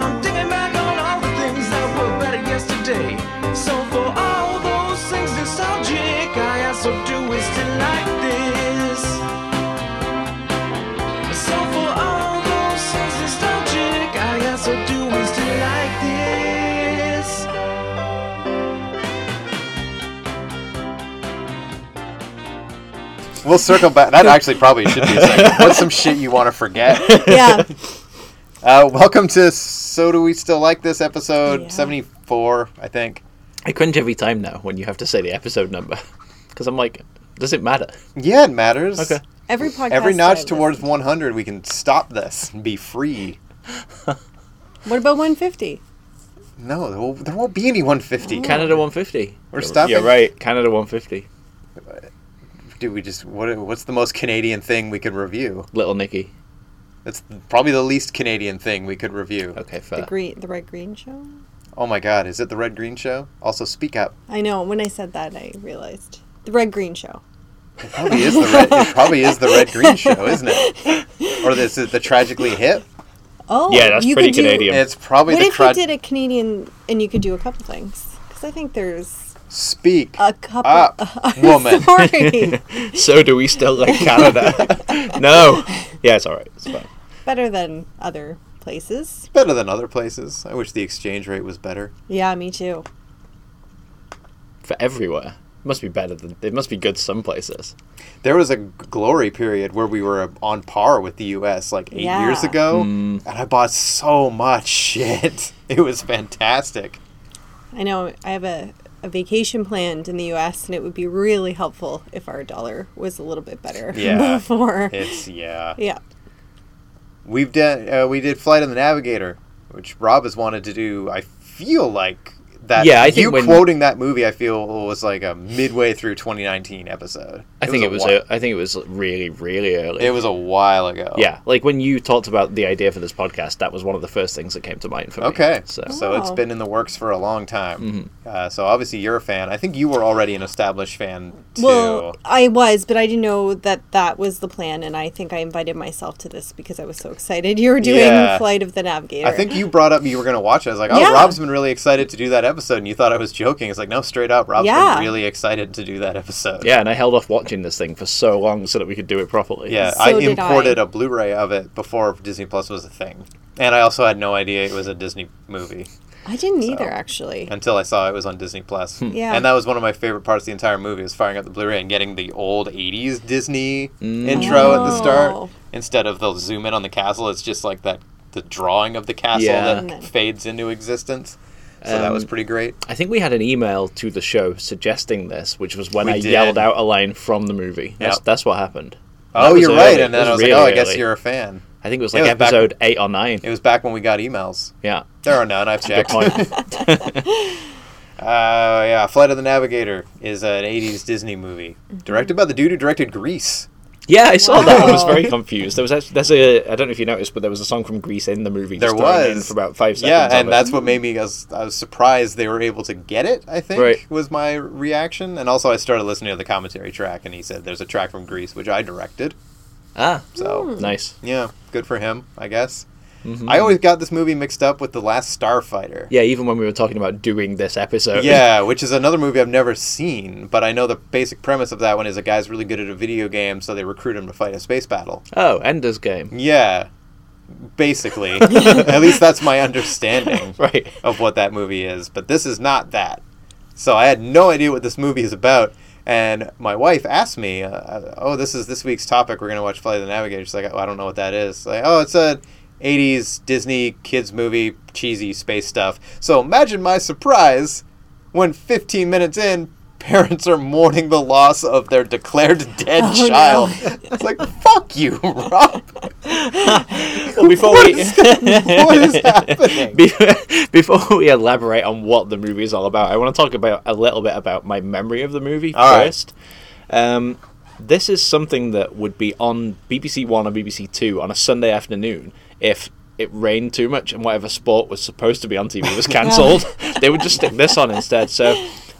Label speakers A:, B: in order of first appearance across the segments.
A: I'm thinking back on all the things that were better yesterday. So for all those things nostalgic, I also do is to like this. So for all those things nostalgic, I also do is to like this.
B: We'll circle back. That actually probably should be a second. What's some shit you want to forget?
C: Yeah.
B: Uh, welcome to So Do We Still Like This episode
C: Yeah.
B: 74, I think.
D: I cringe every time now when you have to say the episode number because I'm like, does it matter?
B: Yeah, it matters.
D: Okay.
C: Every podcast.
B: Every
C: I
B: notch
C: listen-
B: towards 100, we can stop this and be free.
C: What about 150?
B: No, there won't, there won't be any 150.
D: Canada 150.
B: We're stopping.
E: Yeah, right.
D: Canada 150.
B: Dude, we just what? What's the most Canadian thing we could review?
D: Little Nicky.
B: That's probably the least Canadian thing we could review.
D: Okay,
C: The
D: fair.
C: green, the red green show.
B: Oh my God, is it the Red Green Show? Also, speak up.
C: I know. When I said that, I realized the red green show.
B: It probably is the Red. It probably is the Red Green Show, isn't it? Or is it the Tragically Hip?
C: Oh,
E: Yeah, that's
C: you
E: pretty
C: could do-
E: Canadian.
B: It's probably
C: What
B: the
C: if
B: crud.
C: you did a Canadian and you could do a couple things? Because I think there's
B: Speak
C: a couple.
B: up,
C: I'm
B: Ah, woman.
C: Sorry.
D: So do we still like Canada? no. Yeah, it's all right. It's fine.
C: Better than other places.
B: Better than other places. I wish the exchange rate was better.
C: Yeah, me too.
D: For everywhere. It must be better than. It must be good some places.
B: There was a g- glory period where we were uh, on par with the U.S. like eight
C: Yeah.
B: years ago, and I bought so much shit. It was fantastic.
C: I know I have a, a vacation planned in the U.S. and it would be really helpful if our dollar was a little bit better
B: Yeah.
C: before.
B: It's yeah.
C: Yeah.
B: We've done. Uh, we did Flight of the Navigator, which Rob has wanted to do. I feel like that.
D: Yeah, I think
B: you
D: when-
B: quoting that movie, I feel was like a midway through 2019 episode.
D: I think it was.
B: A,
D: A, I think it was really, really early.
B: whi- it was a while ago.
D: Yeah, like when you talked about the idea for this podcast, that was one of the first things that came to mind for me.
B: Okay.
D: So,
B: So, it's
C: Wow.
B: been in the works for a long time. Uh, so obviously you're a fan. I think you were already an established fan too.
C: Well, I was, but I didn't know that that was the plan, and I think I invited myself to this because I was so excited. You were doing
B: Yeah.
C: Flight of the Navigator.
B: I think you brought up you were going to watch it. I was like, oh,
C: Yeah.
B: Rob's been really excited to do that episode, and you thought I was joking. It's like, no, straight up, Rob's
C: Yeah.
B: been really excited to do that episode.
D: yeah, and I held off watching this thing for so long so that we could do it properly.
B: Yeah,
C: So
B: I
C: did
B: imported
C: I.
B: a Blu-ray of it before Disney Plus was a thing, and I also had no idea it was a Disney movie
C: I didn't either, actually.
B: until I saw it was on Disney Plus.
D: Hmm.
C: Yeah.
B: and that was one of my favorite parts of the entire movie was firing up the Blu-ray and getting the old '80s Disney
D: Mm.
B: intro at the
C: Oh.
B: start instead of the zoom in on the castle. It's just like that the drawing of the castle
D: Yeah. Um,
B: that
C: Mm.
B: fades into existence. So that was pretty great.
D: I think we had an email to the show suggesting this, which was when
B: We
D: I
B: did.
D: yelled out a line from the movie. That's,
B: Yeah.
D: that's what happened.
B: Oh,
D: was
B: you're right.
D: early.
B: And then
D: It
B: I
D: was
B: was
D: really
B: like, oh, I guess
D: early.
B: you're a fan.
D: I think it was like
B: It was back-
D: episode eight or nine.
B: It was back when we got emails.
D: yeah.
B: There are none. I've
D: Good
B: checked.
D: point.
B: Uh, yeah, Flight of the Navigator is an 80s Disney movie
C: Mm-hmm.
B: directed by the dude who directed Grease.
D: yeah, I saw that. I was
C: Wow.
D: very confused. There was actually, there's a I don't know if you noticed, but there was a song from Greece in the movie.
B: There
D: just thrown in
B: was.
D: for about five seconds.
B: Yeah,
D: of
B: and
D: it.
B: that's what made me I was, I was surprised they were able to get it, I think,
D: Right.
B: was my reaction. And also I started listening to the commentary track and he said there's a track from Grease which I directed.
D: ah
B: So,
D: nice.
B: yeah, good for him, I guess. I always got this movie mixed up with The Last Starfighter.
D: Mm-hmm. Yeah, even when we were talking about doing this episode.
B: Yeah, which is another movie I've never seen, but I know the basic premise of that one is a guy's really good at a video game, so they recruit him to fight a space battle.
D: Oh, Ender's Game.
B: Yeah, basically. at least that's my understanding
D: Right.
B: of what that movie is, but this is not that. So I had no idea what this movie is about. And my wife asked me, uh, "Oh, this is this week's topic. We're gonna watch Flight of the Navigator." She's like, oh, "I don't know what that is." Like, "Oh, it's a '80s Disney kids movie, cheesy space stuff." So imagine my surprise when 15 minutes in, parents are mourning the loss of their declared dead
C: Oh,
B: child. it's like, "Fuck you, Rob!
D: Well, before we
B: What is happening?"
D: Be- before we elaborate on what the movie is all about, I want to talk about a little bit about my memory of the movie
B: All right.
D: first. Um, this is something that would be on BBC One or BBC Two on a Sunday afternoon if it rained too much and whatever sport was supposed to be on TV was cancelled. they would just stick this on instead. So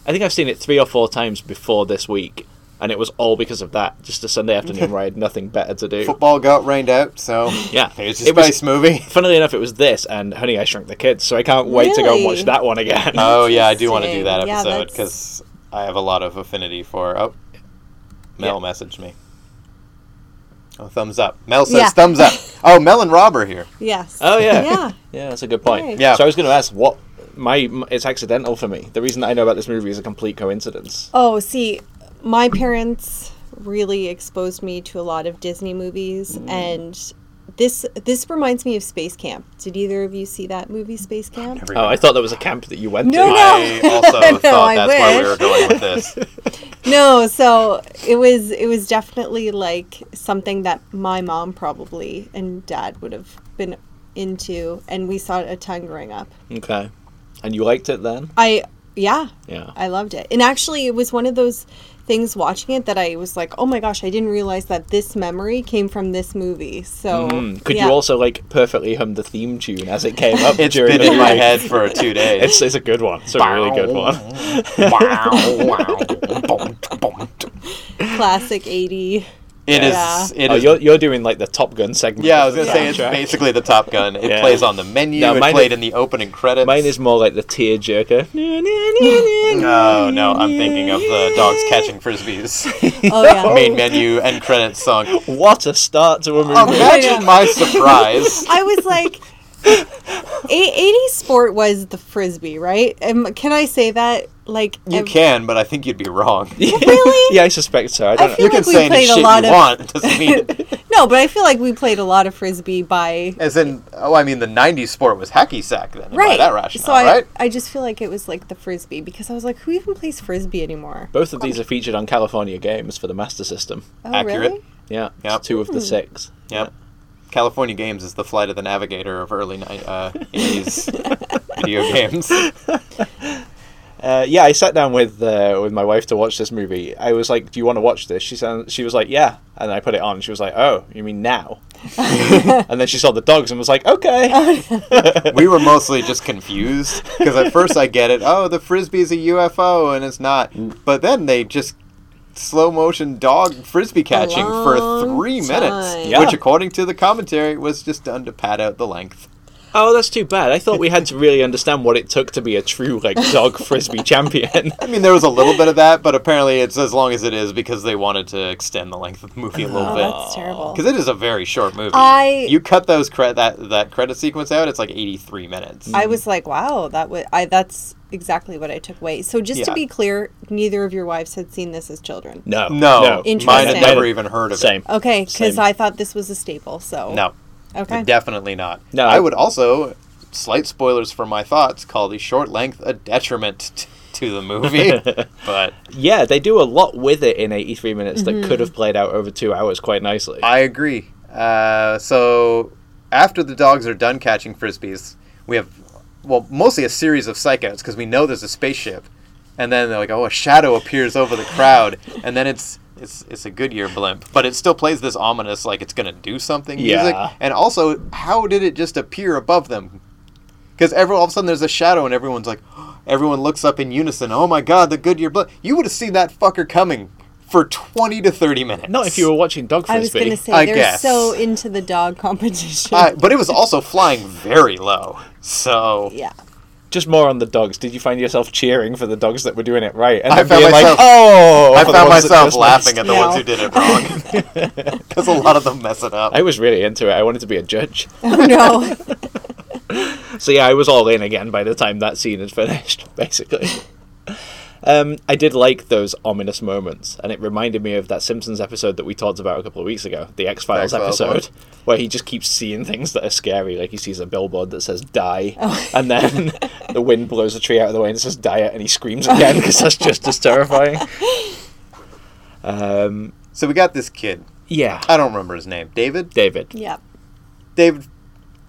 D: I think I've seen it three or four times before this week, and it was all because of that. Just a Sunday afternoon where I had nothing better to do.
B: Football got rained out, so
D: Yeah,
B: here's the
D: it was-
B: Spice movie.
D: Funnily enough, it was this and Honey, I Shrunk the Kids, so I can't wait to go and watch
C: Really?
D: that one again.
B: Oh yeah, I do want to do that
C: Interesting. Yeah,
B: episode
C: that's-
B: because I have a lot of affinity for. Oh, Mel messaged me. Oh, thumbs up. Mel says
C: Yeah.
B: thumbs up. Oh, Mel and Rob are here.
C: Yes.
D: oh yeah,
C: Yeah.
D: yeah. That's a good point.
C: Right.
B: Yeah.
D: So I was going to ask what my m- it's accidental for me. The reason that I know about this movie is a complete coincidence.
C: Oh, see, my parents really exposed me to a lot of Disney movies,
B: Mm-hmm.
C: and this this reminds me of Space Camp. Did either of you see that movie, Space Camp?
D: Oh, I thought that was a camp that you went
C: No,
D: to.
C: no.
B: I also
C: No,
B: thought
C: I
B: that's where we
C: wish.
B: were going with this.
C: no so it was it was definitely like something that my mom probably and dad would have been into and we saw it a ton growing up
D: Okay, and you liked it then?
C: i yeah
D: Yeah.
C: i loved it and actually it was one of those things watching it that i was like oh my gosh i didn't realize that this memory came from this movie so
D: Mm. Could
C: yeah.
D: you also like perfectly hum the theme tune as it came up
B: It's
D: during
B: been
D: the
B: in my
D: week?
B: head for two days.
D: It's, it's a good one. It's a really good one.
C: classic 80
B: It is.
C: Yeah.
B: It
D: Oh,
B: is.
D: you're, you're doing like the Top Gun segment.
B: yeah, I was
D: of the
B: gonna say it's
D: soundtrack.
B: basically the Top Gun. It
D: Yeah.
B: plays on the menu.
D: No,
B: it
D: mine
B: played
D: is-
B: in the opening credits.
D: Mine is more like the tearjerker.
B: No, Oh, no, I'm thinking of the dogs catching frisbees.
C: oh yeah
B: Main menu end credits song.
D: What a start
B: Oh,
D: to a movie!
B: Imagine my surprise.
C: I was like, a- 80 sport was the frisbee, right? Um, can I say that? Like,
B: You
C: ev-
B: can, but I think you'd be wrong. You
C: really?
D: yeah, I suspect so. I don't
C: I
D: know.
C: feel-
B: can
C: like we
B: say any
C: played a
B: shit you
C: lot of-
B: want. It doesn't mean
C: No, but I feel like we played a lot of frisbee by
B: as in. Oh, I mean the '90s sport was hacky sack then. By
C: right.
B: that rationale,
C: so I,
B: right?
C: I just feel like it was like the frisbee because I was like, who even plays frisbee anymore?
D: Both of these are featured on California Games for the Master System.
C: Oh,
B: Accurate.
C: really?
D: Yeah, it's
B: Yep. Hmm.
D: two of the six.
B: Yep. California Games is the flight of the navigator of early ni- uh, 80s video games.
D: Uh, yeah, I sat down with uh, with my wife to watch this movie. I was like, "Do you want to watch this?" She said, "She was like, yeah," and I put it on. She was like, "Oh, you mean now?" and then she saw the dogs and was like, "Okay."
B: Oh, We were mostly just confused because at first I get it. Oh, the frisbee's a UFO and it's not. But then they just slow motion dog frisbee catching for
C: long
B: three minutes,
C: time.
D: Yeah.
B: which according to the commentary was just done to pad out the length.
D: oh, that's too bad. I thought we had to really understand what it took to be a true like dog frisbee champion.
B: I mean, there was a little bit of that, but apparently it's as long as it is because they wanted to extend the length of the movie a little
C: Oh,
B: bit.
C: that's terrible.
B: Because it is a very short movie.
C: I-
B: You cut those cre- that that credit sequence out, it's like eighty three minutes.
C: I was like, wow, that was I. That's exactly what I took away. So just
B: Yeah.
C: to be clear, neither of your wives had seen this as children.
D: No,
B: no, mine had
C: Interesting.
B: never even heard of
D: Same.
C: Okay, because
D: Same.
C: I thought this was a staple. So
B: it. No,
C: okay,
B: definitely not.
D: No.
B: I would also slight spoilers for my thoughts call the short length a detriment t- to the movie, but
D: Yeah, they do a lot with it in 83 minutes
C: Mm-hmm.
D: that could have played out over two hours quite nicely.
B: I agree. Uh, so after the dogs are done catching frisbees, we have well mostly a series of psychouts because we know there's a spaceship, and then they're like, oh, a shadow appears over the crowd, and then it's. It's, it's a Goodyear blimp, but it still plays this ominous like it's gonna do something music.
D: Yeah.
B: And also, how did it just appear above them? Because every all of a sudden there's a shadow and everyone's like, everyone looks up in unison. Oh my god, the Goodyear blimp! You would have seen that fucker coming for twenty to thirty minutes.
D: Not if you were watching Dog Frisbee.
C: I was gonna say
B: I
C: they're
B: guess.
C: so into the dog competition.
B: Uh, but it was also flying very low. So
C: yeah.
D: Just more on the dogs. Did you find yourself cheering for the dogs that were doing it right? And
B: I
D: then
B: found
D: being
B: myself-
D: like, oh!
B: I
D: for the
B: found
D: ones that
B: myself
D: just
B: laughing
D: missed?
B: at the
C: No.
B: ones who did it wrong. Because a lot of them mess it up.
D: I was really into it. I wanted to be a judge.
C: Oh no.
D: So yeah, I was all in again by the time that scene had finished, basically. Um, I did like those ominous moments, and it reminded me of that Simpsons episode that we talked about a couple of weeks ago, the X Files
B: X-Files one.
D: episode, where he just keeps seeing things that are scary. Like he sees a billboard that says "die," and then the wind blows a tree out of the way and it says "diet," and he screams again because that's just as terrifying. Um,
B: So we got this kid.
D: yeah,
B: I don't remember his name. David.
D: David.
C: Yep.
B: David.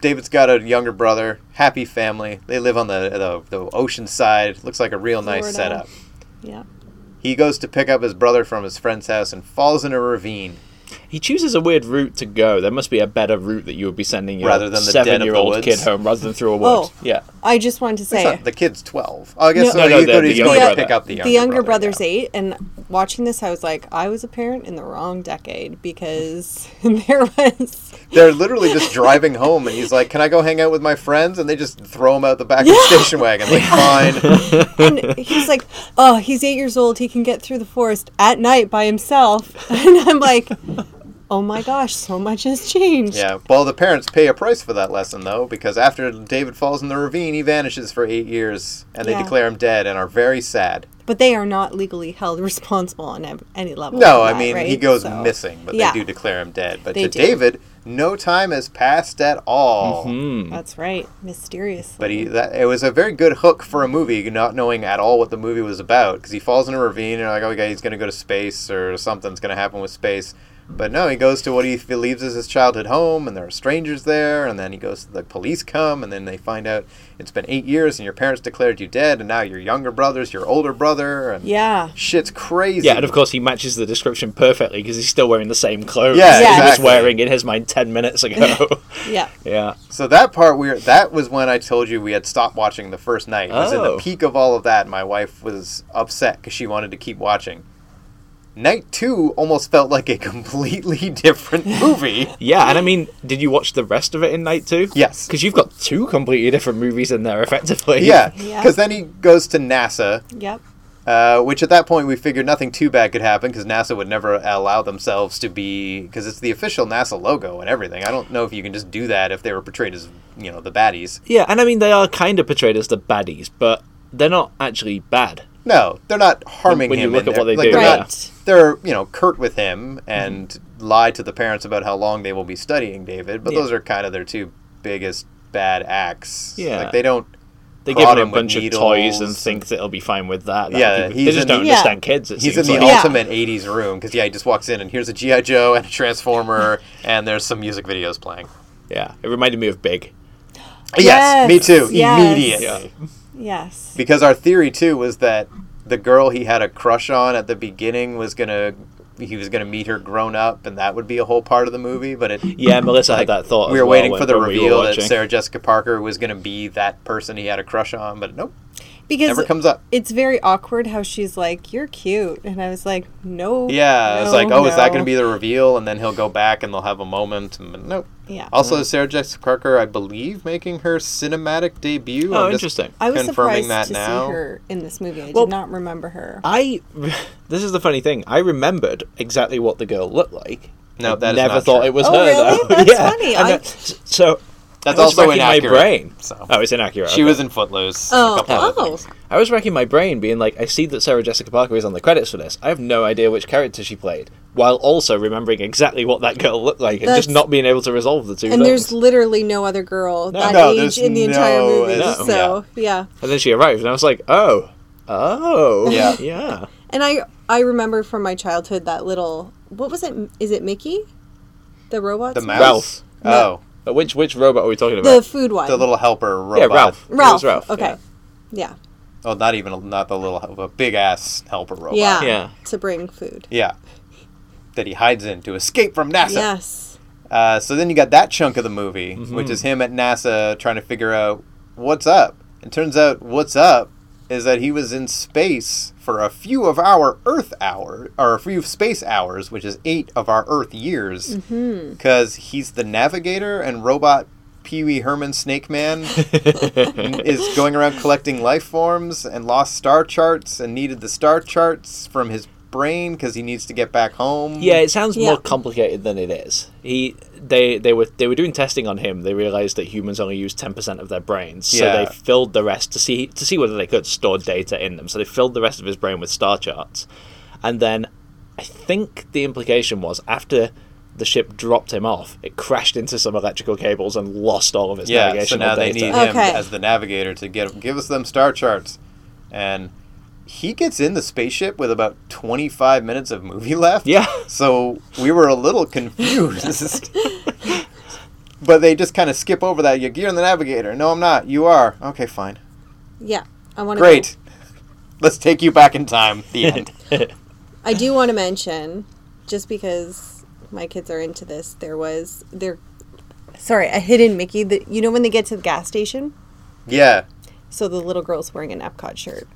B: David's got a younger brother. Happy family. They live on the the, the ocean side. Looks like a real nice
C: Florida.
B: setup.
C: Yep.
B: He goes to pick up his brother from his friend's house and falls in a ravine.
D: He chooses a weird route to go. There must be a better route that you would be sending your
B: Rather than the den of the
D: seven-year-old
B: woods.
D: kid home rather than through a wood.
C: Oh.
D: Yeah.
C: I just wanted to
B: It's
C: say
B: not- the kid's 12. Oh, I guess
D: No,
B: uh,
D: no,
B: you
D: the-
B: could
D: the
B: he's
D: younger
B: going to
D: brother.
B: pick up the younger,
C: the younger
B: brother, yeah.
C: brother's eight, and watching this, I was like, I was a parent in the wrong decade because there was
B: They're literally just driving home, and he's like, "Can I go hang out with my friends?" And they just throw him out the back of the station wagon. Like, fine.
C: and he's like, "Oh, he's eight years old. He can get through the forest at night by himself." And I'm like, "Oh my gosh, so much has changed."
B: yeah. Well, the parents pay a price for that lesson, though, because after David falls in the ravine, he vanishes for eight years, and they
C: Yeah.
B: declare him dead and are very sad.
C: But they are not legally held responsible on ev- any level.
B: No,
C: for
B: I
C: that,
B: mean he
C: right?
B: goes
C: So-
B: missing, but
C: Yeah.
B: they do declare him dead. But
C: They
B: to
C: do.
B: David, no time has passed at all.
C: That's right, mysteriously.
B: But he, that, it was a very good hook for a movie, not knowing at all what the movie was about. Because he falls in a ravine, and you're like, okay, he's going to go to space, or something's going to happen with space. But no, he goes to what he believes is his childhood home, and there are strangers there. And then he goes, the police come, and then they find out it's been eight years, and your parents declared you dead, and now your younger brother's your older brother, and
C: yeah,
B: shit's crazy.
D: Yeah, and of course he matches the description perfectly because he's still wearing the same clothes
B: Yeah,
D: that he was
B: exactly.
D: wearing in his mind ten minutes ago.
C: yeah.
D: yeah.
B: So that part we were, that was when I told you we had stopped watching the first night. It was in
D: Oh.
B: the peak of all of that. My wife was upset because she wanted to keep watching. Night two almost felt like a completely different movie.
D: Yeah, and I mean, did you watch the rest of it in night two?
B: Yes.
D: Because you've got two completely different movies in there, effectively.
B: yeah,
C: Yeah.
B: because then he goes to NASA,
C: Yep.
B: uh, which at that point we figured nothing too bad could happen because NASA would never allow themselves to be because it's the official NASA logo and everything. I don't know if you can just do that if they were portrayed as you know the baddies.
D: Yeah, and I mean, they are kind of portrayed as the baddies, but they're not actually bad.
B: No, they're not harming
D: When- when you
B: him.
D: look
B: in
D: at what
B: there.
D: they
B: Like,
D: do,
B: they're
D: yeah.
B: not- they're you know curt with him and lie to the parents about how long they will be studying David. But
D: Yeah.
B: those are kind of their two biggest bad acts.
D: Yeah.
B: like they don't.
D: They
B: prod
D: give him a
B: with
D: bunch of toys and
B: needles.
D: think that he'll be fine with that. That'll
B: Yeah,
D: be-
B: he's
D: they just
B: in
D: don't
B: the-
D: understand kids. It
B: He's in
D: seems
B: the
D: like.
C: Yeah.
B: ultimate '80s room because yeah, he just walks in and here's a GI Joe and a Transformer and there's some music videos playing.
D: yeah, it reminded me of Big.
B: Yes, me
C: Yes,
B: too.
C: yes.
B: Immediately.
D: Yeah.
C: Yes.
B: because our theory too was that the girl he had a crush on at the beginning was gonna he was gonna meet her grown up and that would be a whole part of the movie but it
D: Yeah, Melissa had that thought.
B: we
D: as
B: were
D: well
B: waiting
D: when-
B: for the
D: when we were
B: reveal that
D: watching.
B: sarah jessica parker was gonna be that person he had a crush on but nope
C: Because
B: never comes up
C: it's very awkward how she's like, "You're cute," and I was like, "No."
B: yeah it's
C: no,
B: like oh is that
C: no."
B: gonna be the reveal and then he'll go back and they'll have a moment and but nope
C: Yeah.
B: also sarah jessica parker i believe making her cinematic debut
D: Oh,
B: I'm just
D: interesting.
C: I was
B: confirming
C: surprised
B: that
C: to
B: now
C: see her in this movie. I
D: Well-
C: did not remember her.
D: I this is the funny thing. I remembered exactly what the girl looked like.
B: No,
D: I
B: that is
D: never
B: not
D: thought
B: true.
D: it was
C: Oh,
D: her
C: really?
D: though.
C: That's
D: yeah.
C: funny.
D: And
C: I-
D: that- so
B: That's
D: I was
B: also
D: racking
B: inaccurate,
D: my brain.
B: so.
D: Oh, it's inaccurate.
B: she
D: okay.
B: was in footloose and a
C: oh,
B: couple other
C: oh,
B: things.
D: I was racking my brain, being like, I see that Sarah Jessica Parker is on the credits for this. I have no idea which character she played, while also remembering exactly what that girl looked like, and
C: That's-
D: just not being able to resolve the two
C: and there's
D: things.
C: literally no other girl that
B: No,
C: age
B: there's
C: in the entire
B: no-
C: movie.
B: no.
C: So yeah.
D: And then she arrived, and I was like, oh, oh,
B: Yeah.
D: yeah.
C: and I I remember from my childhood that little what was it? Is it Mickey, the robot?
B: the mouse
D: Ralph.
B: oh
D: But which which robot are we talking about?
C: The food one.
B: the little helper robot.
D: yeah, Ralph. It was
C: Ralph.
D: Ralph.
C: Okay. Yeah.
B: Oh, not even not the little helper, big ass helper robot.
C: Yeah.
D: Yeah.
C: To bring food.
B: Yeah. That he hides in to escape from NASA.
C: Yes.
B: Uh, so then you got that chunk of the movie, which is him at NASA trying to figure out what's up. And turns out what's up is that he was in space for a few of our Earth hour or a few space hours, which is eight of our Earth years, because he's the navigator and robot. Pee Wee Herman Snake Man is going around collecting life forms and lost star charts and needed the star charts from his brain because he needs to get back home.
D: Yeah, it sounds
C: Yeah.
D: more complicated than it is. He they they were they were doing testing on him. They realized that humans only use ten percent of their brains, so
B: Yeah.
D: they filled the rest to see to see whether they could store data in them. So they filled the rest of his brain with star charts, and then I think the implication was after the ship dropped him off, it crashed into some electrical cables and lost all of his
B: Yeah, so
D: navigational
B: now they
D: data.
B: need him
C: Okay.
B: as the navigator to get give us them star charts, and he gets in the spaceship with about twenty five minutes of movie left.
D: Yeah.
B: so we were a little confused. But they just kind of skip over that. You're, you're the navigator. No, I'm not. You are. Okay, fine.
C: Yeah. I want to.
B: Great. Let's take you back in time. The end.
C: I do want to mention, just because my kids are into this. There was there, sorry, a hidden Mickey. That you know when they get to the gas station,
B: Yeah.
C: so the little girl's wearing an Epcot shirt.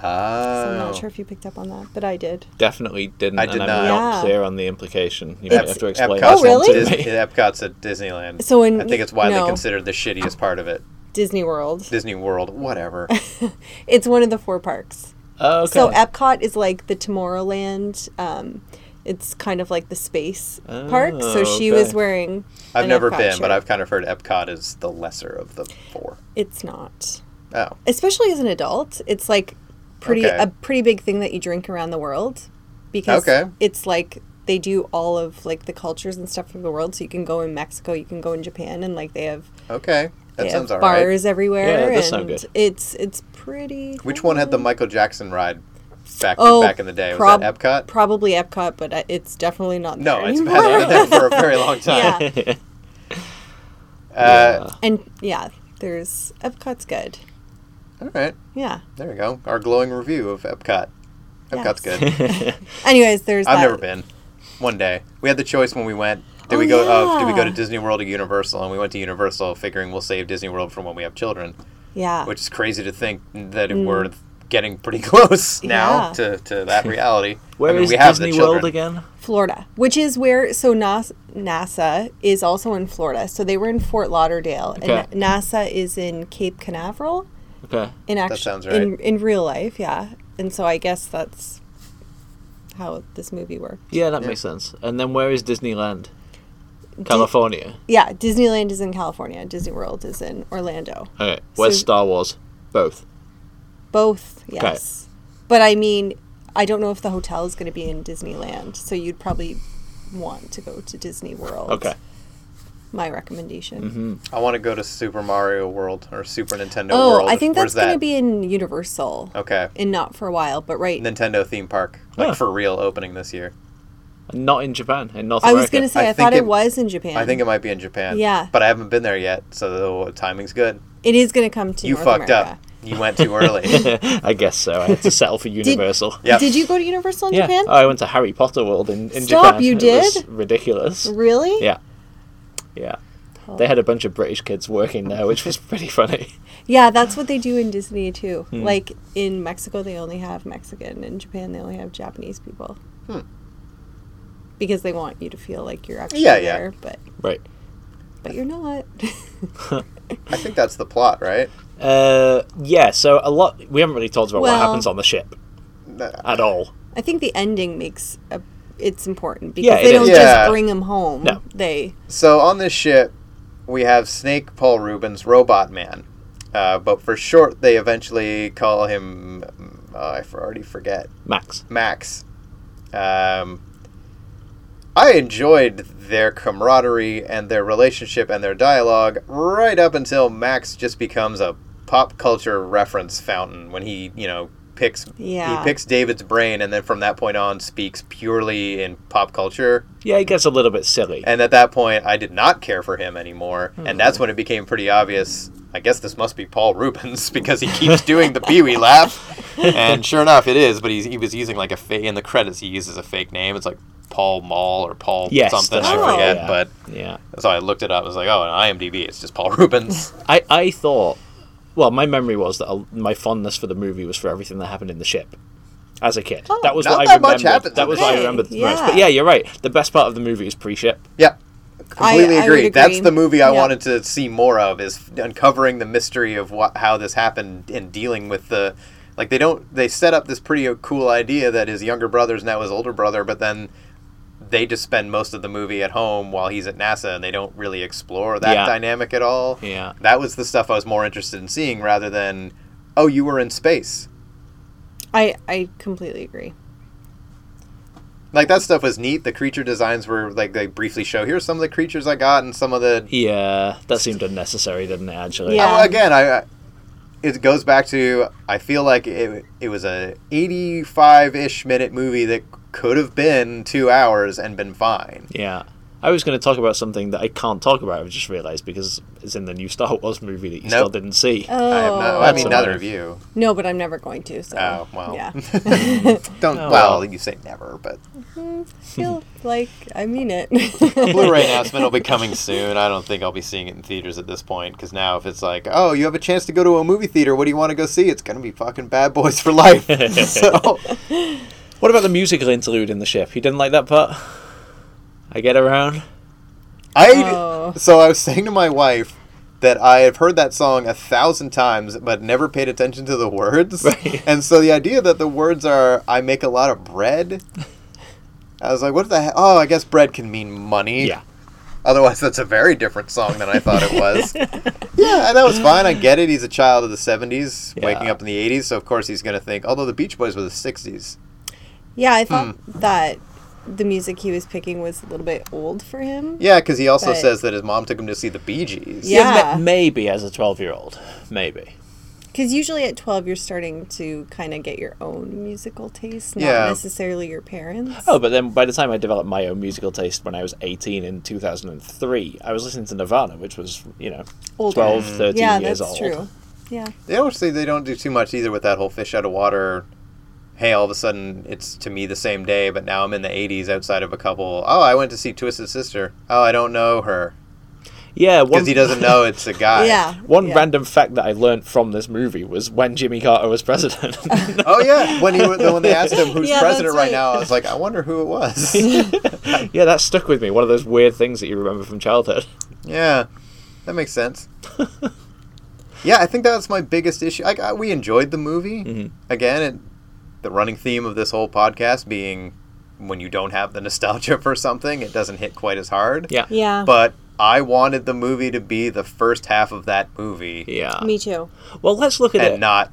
C: So I'm
B: Oh.
C: not sure if you picked up on that, but I did.
D: Definitely didn't.
B: I did
D: and I'm
B: not.
C: Yeah.
D: clear on the implication. You might
C: It's-
D: have to explain.
B: Epcot's
C: Oh, really?
B: at
D: to
B: Dis-
D: me.
B: Epcot's at Disneyland.
C: So in-
B: I think it's widely
C: no.
B: considered the shittiest part of it.
C: Disney World.
B: Disney World, whatever.
C: It's one of the four parks.
D: Oh, okay.
C: So Epcot is like the Tomorrowland. Um, it's kind of like the space park. So
D: Oh,
C: she
D: okay.
C: was wearing.
B: I've
C: an
B: never
C: Epcot
B: been,
C: shirt.
B: but I've kind of heard Epcot is the lesser of the four.
C: It's not,
B: Oh,
C: especially as an adult. It's like pretty
B: Okay.
C: a pretty big thing that you drink around the world because
B: Okay.
C: it's like they do all of like the cultures and stuff from the world. So you can go in Mexico, you can go in Japan, and like they have
B: okay. That
C: they have
B: sounds all right.
C: bars everywhere.
D: Yeah, that
C: and
D: does sound good.
C: It's it's pretty. Oh,
B: Which one had the Michael Jackson ride back back in the day? Was
C: prob-
B: that Epcot?
C: Probably Epcot, but uh, it's definitely not.
B: no,
C: there
B: it's
C: anymore.
B: been there for a very long time.
C: yeah,
B: Uh,
C: and yeah, there's Epcot's good.
B: All right,
C: Yeah.
B: there we go. Our glowing review of Epcot. Epcot's
C: Yes.
B: good.
C: Anyways, there's.
B: I've
C: that.
B: never been. One day we had the choice when we went. Did
C: Oh,
B: we go? Oh, did we go to
C: yeah.
B: Disney World or Universal? And we went to Universal, figuring we'll save Disney World from when we have children.
C: Yeah.
B: which is crazy to think that we're getting pretty close now
C: Mm. Yeah.
B: to, to that reality.
D: Where
B: I mean,
D: is
B: we have
D: Disney
B: the
D: World
B: children.
D: again?
C: Florida, which is where so NASA, NASA is also in Florida. So they were in Fort Lauderdale,
D: Okay.
C: and NASA is in Cape Canaveral
D: Okay.
C: in actual
B: sounds
C: in
B: right.
C: in real life. Yeah, and so I guess that's how this movie worked.
D: Yeah, that makes sense. And then where is Disneyland? California.
C: Yeah, Disneyland is in California. Disney World is in Orlando.
D: Okay. Where's
C: So-
D: Star Wars? Both.
C: Both, yes. But I mean, I don't know if the hotel is going to be in Disneyland, so you'd probably want to go to Disney World.
D: Okay.
C: My recommendation.
B: I want to go to Super Mario World or Super Nintendo
C: Oh,
B: World.
C: I think
B: Where's
C: that's going
B: that?
C: to be in Universal.
B: okay.
C: And not for a while, but right.
B: Nintendo theme park, like
D: Huh.
B: for real, opening this year.
D: Not in Japan. In North
C: I
D: America.
C: was going to say,
B: I
C: I, thought
B: think it-
C: it, was in Japan.
B: I think it might be in Japan.
C: Yeah.
B: but I haven't been there yet, so the timing's good.
C: it is going to come to
B: You
C: North
B: fucked
C: America.
B: up. You went too early.
D: I guess so. I had to settle for Universal.
B: Yep.
C: Did you go to Universal in
D: yeah. Oh, Uh,
C: Japan?
D: I went to Harry Potter World in, in
C: Stop,
D: Japan.
C: you
D: It
C: did?
D: was ridiculous.
C: really?
D: Yeah. Yeah. They had a bunch of British kids working there, which was pretty funny.
C: Yeah, that's what they do in Disney too.
D: Hmm.
C: Like in Mexico, they only have Mexican. In Japan, they only have Japanese people.
B: Hmm.
C: Because they want you to feel like you're actually
B: Yeah, yeah.
C: there, but
D: Right.
C: but you're not.
B: I think that's the plot, right?
D: Uh, yeah, so a lot. We haven't really talked about
C: Well-
D: what happens on the ship at all.
C: I think the ending makes a, it's important because
D: Yeah, it
C: they don't
B: is. Yeah.
C: just bring them home.
D: No.
C: They
B: So on this ship, we have Snake Paul Rubens, Robot Man, uh, but for short, they eventually call him. Uh, I f- already forget.
D: Max.
B: Max. Um, I enjoyed their camaraderie and their relationship and their dialogue right up until Max just becomes a pop culture reference fountain when he, you know, picks
C: Yeah.
B: he picks David's brain and then from that point on speaks purely in pop culture.
D: Yeah, it gets a little bit silly.
C: Uh,
B: And at that point I did not care for him anymore.
D: Hmm.
B: And that's when it became pretty obvious. I guess this must be Paul Rubens because he keeps doing the Pee-wee laugh. And sure enough, it is. But he's, he was using like a fake in the credits. He uses a fake name. It's like Paul Mall or Paul
D: Yes,
B: something.
D: that's
B: I
C: right,
B: forget.
D: yeah.
B: But
D: Yeah.
B: so I looked it up. I was like, oh, on IMDb, it's just Paul Rubens.
D: I, I thought, well, my memory was that uh, my fondness for the movie was for everything that happened in the ship as a kid. that was
B: not
D: what I
B: that much
D: remembered.
B: happens
D: that
B: in
D: was
B: the
D: what I
C: ship.
D: remembered the most.
C: Yeah.
D: But yeah, you're right. The best part of the movie is pre-ship.
B: yeah, completely
C: I would
B: agree. That's
C: agree.
B: the movie I
C: Yeah.
B: wanted to see more of is uncovering the mystery of what how this happened and dealing with the like they don't they set up this pretty uh, cool idea that his younger brother's now his older brother, but then they just spend most of the movie at home while he's at NASA and they don't really explore that
D: Yeah.
B: dynamic at all.
D: Yeah.
B: That was the stuff I was more interested in seeing rather than oh you were in space.
C: I I completely agree.
B: Like that stuff was neat. The creature designs were like they briefly show here's some of the creatures I got and some of the
D: Yeah, uh, that seemed unnecessary, didn't it? Actually.
C: Yeah.
B: Well, again, I I- it goes back to I feel like it it was a 85-ish minute movie that could have been 2 hours and been fine.
D: Yeah. I was going to talk about something that I can't talk about. I just realized because it's in the new Star Wars movie that you still
B: Nope.
D: didn't see.
C: Oh,
B: I have not. I mean,
D: That's
B: neither
D: amazing.
B: of you.
C: no, but I'm never going to. So
B: Oh well.
C: yeah,
B: Don't.
D: Oh,
B: well,
D: well.
B: you say never, but
C: feel like I mean it.
B: Blu-ray announcement will be coming soon. I don't think I'll be seeing it in theaters at this point because now if it's like, oh, you have a chance to go to a movie theater, what do you want to go see? It's gonna be fucking Bad Boys for Life. so
D: What about the musical interlude in the ship? You didn't like that part? I get around.
B: I.
C: Oh.
B: So I was saying to my wife that I have heard that song a thousand times but never paid attention to the words.
D: Right.
B: And so the idea that the words are "I make a lot of bread." I was like, what the hell? Oh, I guess bread can mean money.
D: Yeah.
B: Otherwise, that's a very different song than I thought it was. yeah, and that was fine. I get it. He's a child of the 70s, waking
D: Yeah.
B: up in the 80s, so of course he's going to think, although the Beach Boys were the 60s.
C: yeah, I thought
B: hmm.
C: that the music he was picking was a little bit old for him.
B: Yeah, because he also
C: But-
B: says that his mom took him to see the Bee Gees.
C: Yeah.
D: ma- maybe as a 12 year old. Maybe.
C: Because usually at 12, you're starting to kind of get your own musical taste, not
B: Yeah.
C: necessarily your parents.
D: Oh, but then by the time I developed my own musical taste when I was 18 in 2003, I was listening to Nirvana, which was, you know,
C: Older.
D: 12, 13
C: yeah,
D: years
C: that's
D: old.
C: true. Yeah.
B: They don't say they don't do too much either with that whole fish out of water. Hey, all of a sudden it's to me the same day, but now I'm in the 80s outside of a couple. Oh, I went to see Twisted Sister. Oh, I don't know her.
D: Yeah, one,
B: Because he doesn't know it's a guy.
C: yeah.
D: one
C: yeah.
D: random fact that I learned from this movie was when Jimmy Carter was president.
B: Oh yeah, when he when they asked him who's
C: Yeah,
B: president right
C: that's right.
B: now, I was like, I wonder who it was.
D: yeah, that stuck with me. One of those weird things that you remember from childhood.
B: yeah, that makes sense. yeah, I think that's my biggest issue. Like, I, we enjoyed the movie.
D: Mm-hmm.
B: Again, it, the running theme of this whole podcast being when you don't have the nostalgia for something, it doesn't hit quite as hard.
D: Yeah.
C: Yeah.
B: But I wanted the movie to be the first half of that movie,
D: Yeah.
C: Me too.
D: Well, let's look at
B: and
D: it.
B: not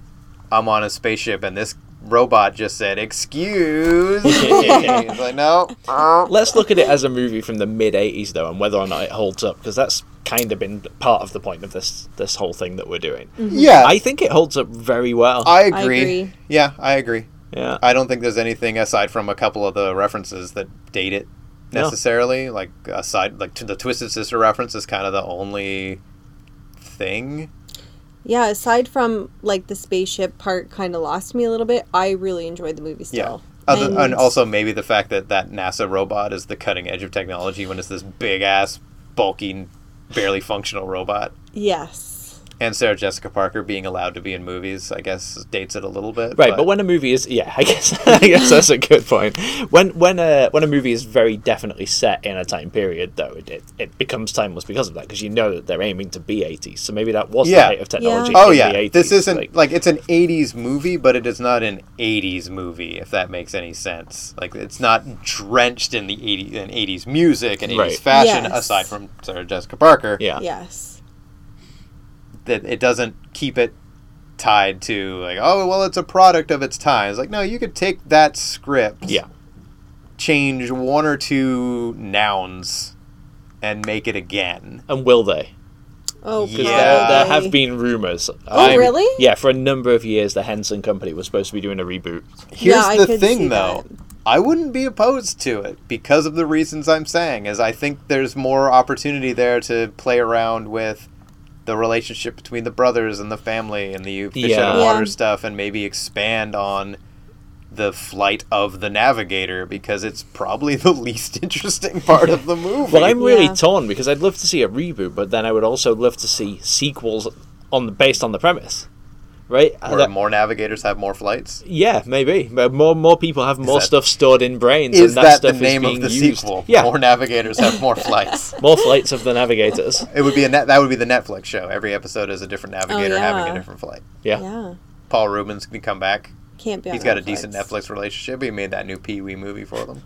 B: I'm on a spaceship and this robot just said, "Excuse." me." It's like, no.
D: Let's look at it as a movie from the mid '80s, though, and whether or not it holds up, because that's kind of been part of the point of this this whole thing that we're doing.
C: Mm.
B: Yeah,
D: I think it holds up very well.
B: I agree.
C: agree.
B: Yeah, I agree.
D: yeah,
B: I don't think there's anything aside from a couple of the references that date it
D: No.
B: necessarily. Like aside, like to the Twisted Sister reference is kind of the only thing.
C: Yeah, aside from like the spaceship part kind of lost me a little bit, I really enjoyed the
B: Yeah.
C: movie still.
B: Other, and, also maybe the fact that that NASA robot is the cutting edge of technology when it's this big ass, bulky, barely functional robot.
C: Yes.
B: And Sarah Jessica Parker being allowed to be in movies, I guess, dates it a little bit.
D: right. But, when a movie is, yeah, I guess I guess that's a good point. When when a when a movie is very definitely set in a time period, though, it it, it becomes timeless because of that, because you know that they're aiming to be '80s. So maybe that was
B: Yeah.
D: the height of technology.
C: Yeah.
B: Oh
D: in
B: yeah,
D: the 80s,
B: this isn't
D: like-
B: like, it's an '80s movie, but it is not an '80s movie. If that makes any sense, like it's not drenched in the '80s and '80s music and '80s
D: Right.
B: fashion.
C: Yes.
B: Aside from Sarah Jessica Parker,
D: yeah.
C: Yes.
B: that it doesn't keep it tied to like, oh well, it's a product of its time. It's like no, you could take that script,
D: Yeah.
B: change one or two nouns, and make it again.
D: And will they?
C: Oh,
B: Yeah.
D: There- There
C: probably.
D: have been rumors.
C: Oh, really?
D: Yeah, for a number of years, the Henson Company was supposed to be doing a reboot.
B: Here's
C: Yeah, I
B: the
C: could see
B: thing, though. I wouldn't be opposed to it because of the reasons I'm saying. Is I think there's more opportunity there to play around with the relationship between the brothers and the family and the fish out of
D: Yeah.
B: water
C: Yeah.
B: stuff, and maybe expand on the flight of the navigator because it's probably the least interesting part of the movie.
D: Well, I'm really
C: Yeah.
D: torn because I'd love to see a reboot, but then I would also love to see sequels on the, based on the premise, right? Uh,
B: Where
D: that-
B: more navigators have more flights.
D: yeah, maybe. But more more people have more
B: that-
D: stuff stored in brains,
B: Is
D: and that,
B: that,
D: stuff
B: the name
D: is
B: of
D: being
B: the
D: used.
B: sequel?
D: Yeah,
B: More
D: more,
B: navigators have more flights.
D: flights of the navigators.
B: It would be a net, that would be the Netflix show. Every episode is a different navigator having
C: yeah.
B: a different flight.
D: Yeah.
C: Yeah.
B: Paul Rubens can come back.
C: Can't be.
B: He's
C: on
B: got a
C: Netflix.
B: decent Netflix relationship. He made that new Pee Wee movie for them.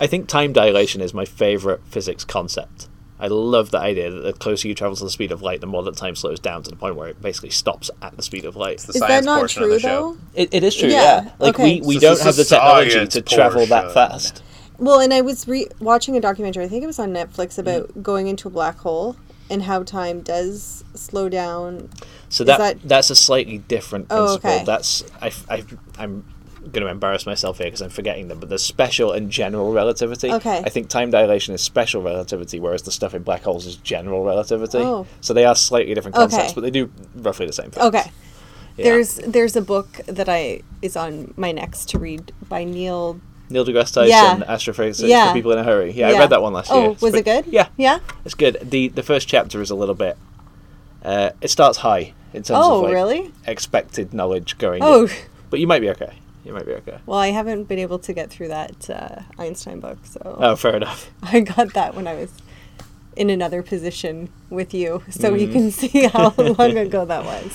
D: I think time dilation is my favorite physics concept. I love that idea that the closer you travel to the speed of light, the more that time slows down to the point where it basically stops at the speed of light.
B: It's the
C: Is that
B: science
C: not
B: portion
C: true
B: of the
C: though?
B: show.
D: It, it is true,
C: Yeah,
D: yeah. Like
C: okay.
D: we, we
B: This is
D: don't have the
B: the
D: technology
B: science
D: to travel that
B: portion.
D: fast.
C: Well, and I was re watching a documentary, I think it was on Netflix,
D: Mm-hmm.
C: about going into a black hole and how time does slow down.
D: So that,
C: that-
D: that's a slightly different
C: Oh,
D: principle.
C: okay.
D: That's I, I I'm going to embarrass myself here because I'm forgetting them, but there's special and general relativity.
C: Okay.
D: I think time dilation is special relativity, whereas the stuff in black holes is general relativity.
C: Oh.
D: So they are slightly different concepts,
C: Okay. Oh.
D: but they do roughly the same thing.
C: Okay.
D: Yeah.
C: There's there's a book that I is on my next to read by Neil.
D: Neil deGrasse Tyson,
C: Yeah.
D: Astrophysics
C: Yeah.
D: for People in a Hurry. Yeah, I read that one last
C: oh,
D: year.
C: Oh,
D: It's
C: was it
D: pretty-
C: good?
D: Yeah,
C: Yeah.
D: it's good. The the first chapter is a little bit. Uh, it starts high in terms
C: Oh,
D: of like
C: really?
D: expected knowledge going.
C: Oh.
D: in. but you might be okay. You might be okay.
C: Well, I haven't been able to get through that uh, Einstein book, so
D: Oh, fair enough.
C: I got that when I was in another position with you, so you
B: Mm.
C: can see how long ago that was.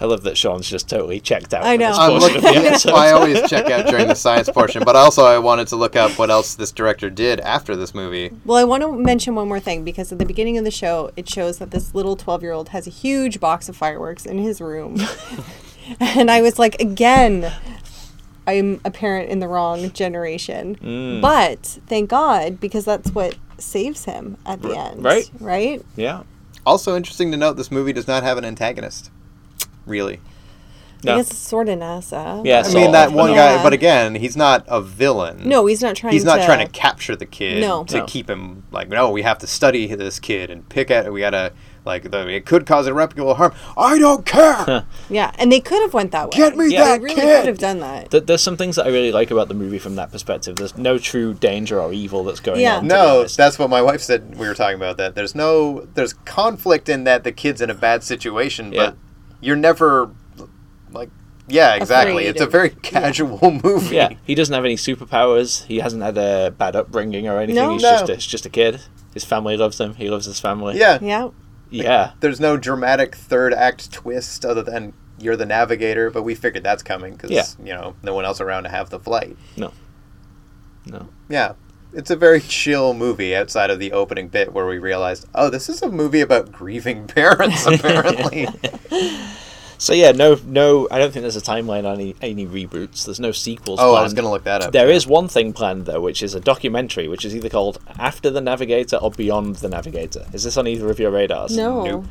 D: I love that Sean's just totally checked out.
C: I
D: with this
C: know.
B: I'm
D: portion of
B: looking.
D: the
B: Yeah,
D: episode.
B: I always check out during the science portion, but also I wanted to look up what else this director did after this movie.
C: Well, I want to mention one more thing because at the beginning of the show, it shows that this little 12 year old has a huge box of fireworks in his room. and I was like, again, I'm a parent in the wrong generation.
B: Mm.
C: But thank God because that's what saves him at the end.
D: right.
C: Right?
D: Yeah.
B: Also interesting to note, this movie does not have an antagonist. Really,
C: I
D: No.
C: guess it's sort of NASA.
D: Yeah,
B: I
D: Sort
B: mean that
D: of,
B: one
C: but-
B: guy,
C: Yeah.
B: but again, he's not a villain.
C: No, he's not trying
B: he's not
C: to.
B: trying to capture the kid
C: No.
B: to
D: No.
B: keep him like no we have to study this kid and pick at we gotta like the, it could cause irreparable harm i don't care
C: Yeah, and they could have went that way.
B: Get me
D: Yeah.
B: that
C: They really
B: kid!
C: could have done that.
D: Th- There's some things that I really like about the movie from that perspective. There's no true danger or evil that's going
C: Yeah.
D: on. to be
B: no
D: honest.
B: that's what my wife said we were talking about that there's no there's conflict in that the kid's in a bad situation
D: Yeah.
B: but you're never like yeah exactly
C: Afraid
B: it's a
C: of-
B: very casual movie
D: Yeah, he doesn't have any superpowers. He hasn't had a bad upbringing or anything.
C: No.
D: He's
B: No.
D: just a, he's just a kid. His family loves him. He loves his family.
B: yeah
C: Yeah.
D: Yeah.
B: there's no dramatic third act twist other than you're the navigator but we figured that's coming because
D: Yeah.
B: you know no one else around to have the flight
D: No. No.
B: Yeah. It's a very chill movie outside of the opening bit where we realized, oh, this is a movie about grieving parents, apparently.
D: So yeah, no, no. I don't think there's a timeline on any, any reboots. There's no sequels.
B: oh,
D: planned.
B: I was going to look that up.
D: There is one thing planned though, which is a documentary, which is either called After the Navigator or Beyond the Navigator. Is this on either of your radars?
C: No.
B: Nope.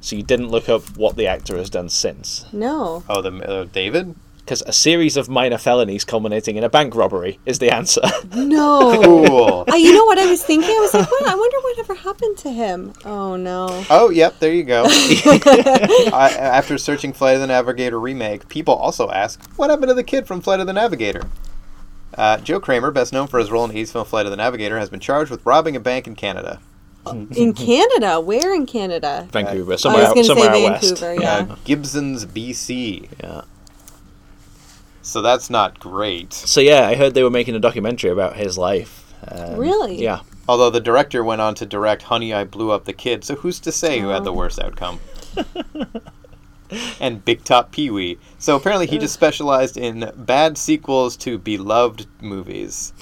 D: So you didn't look up what the actor has done since,
C: No.
B: Oh, the uh, David?
D: because a series of minor felonies culminating in a bank robbery is the answer.
C: No.
B: Cool.
C: I, you know what I was thinking? I was like, what? I wonder whatever happened to him. Oh no.
B: oh, yep, there you go. I, after searching Flight of the Navigator remake, people also ask, what happened to the kid from Flight of the Navigator? Uh, Joe Kramer, best known for his role in the 80s film Flight of the Navigator, has been charged with robbing a bank in Canada.
C: In Canada? Where in Canada?
D: Vancouver, somewhere, out,
C: gonna say
D: somewhere out west.
C: Vancouver, yeah.
B: Uh, Gibson's, BC.
D: yeah.
B: So that's not great.
D: So yeah, I heard they were making a documentary about his life. Um,
C: Really?
D: Yeah.
B: Although the director went on to direct Honey, I Blew Up the Kid, so who's to say who had the worst outcome? and Big Top Pee Wee. So apparently he just specialized in bad sequels to beloved movies.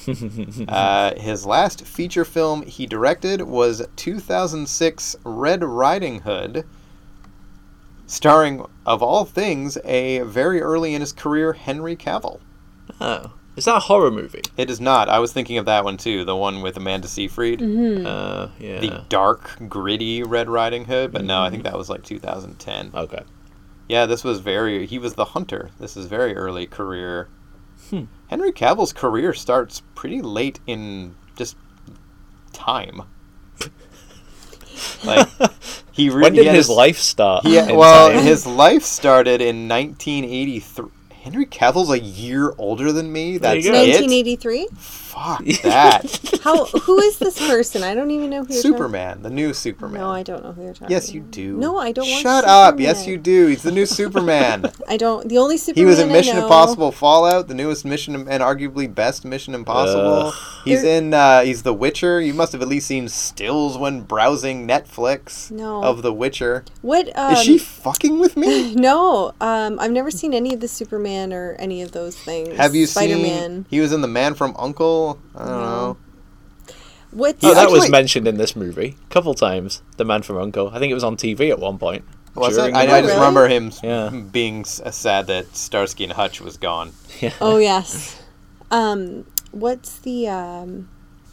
B: uh, his last feature film he directed was 2006 Red Riding Hood, starring, of all things, a very early in his career Henry Cavill.
D: Oh, is that a horror movie?
B: It is not. I was thinking of that one too, the one with Amanda Seyfried.
D: Uh, yeah. Mm-hmm.
B: the dark, gritty Red Riding Hood, but no, I think that was like 2010.
D: Okay.
B: Yeah, this was very. He was the hunter. This is very early career.
D: Hmm.
B: Henry Cavill's career starts pretty late in just time. like he really
D: When did
B: yeah,
D: his
B: this-
D: life start?
B: Yeah,
D: in
B: well,
D: time?
B: his life started in 1983. Henry Cavill's a year older than me.
D: There
B: That's
D: you go.
B: it.
C: 1983?
B: Fuck that.
C: How? Who is this person? I don't even know who. you're talking-
B: Superman, the new Superman.
C: No, I don't know who you're talking.
B: Yes, you do.
C: No, I don't want
B: Shut up.
C: Superman.
B: Yes, you do. He's the new Superman.
C: I don't. The only
B: he
C: Superman
B: was in
C: I
B: Mission
C: know-
B: Impossible Fallout, the newest Mission and arguably best Mission Impossible.
D: Ugh.
B: He's in. Uh, he's The Witcher. You must have at least seen stills when browsing Netflix
C: No.
B: of The Witcher.
C: What? Um,
B: Is she fucking with me?
C: No, um, I've never seen any of the Superman or any of those things.
B: Have you
C: Spider-Man.
B: seen? He was in The Man from Uncle. I don't know.
C: What?
D: Oh, that was
B: actually-
D: mentioned in this movie a couple times. The Man from Uncle. I think it was on TV at one point.
B: Was it?
D: during
B: I,
D: the
B: I
D: movie.
B: just
C: Really?
B: remember him s-
D: Yeah.
B: being s- sad that Starsky and Hutch was gone.
C: Oh yes. Um, what's the um?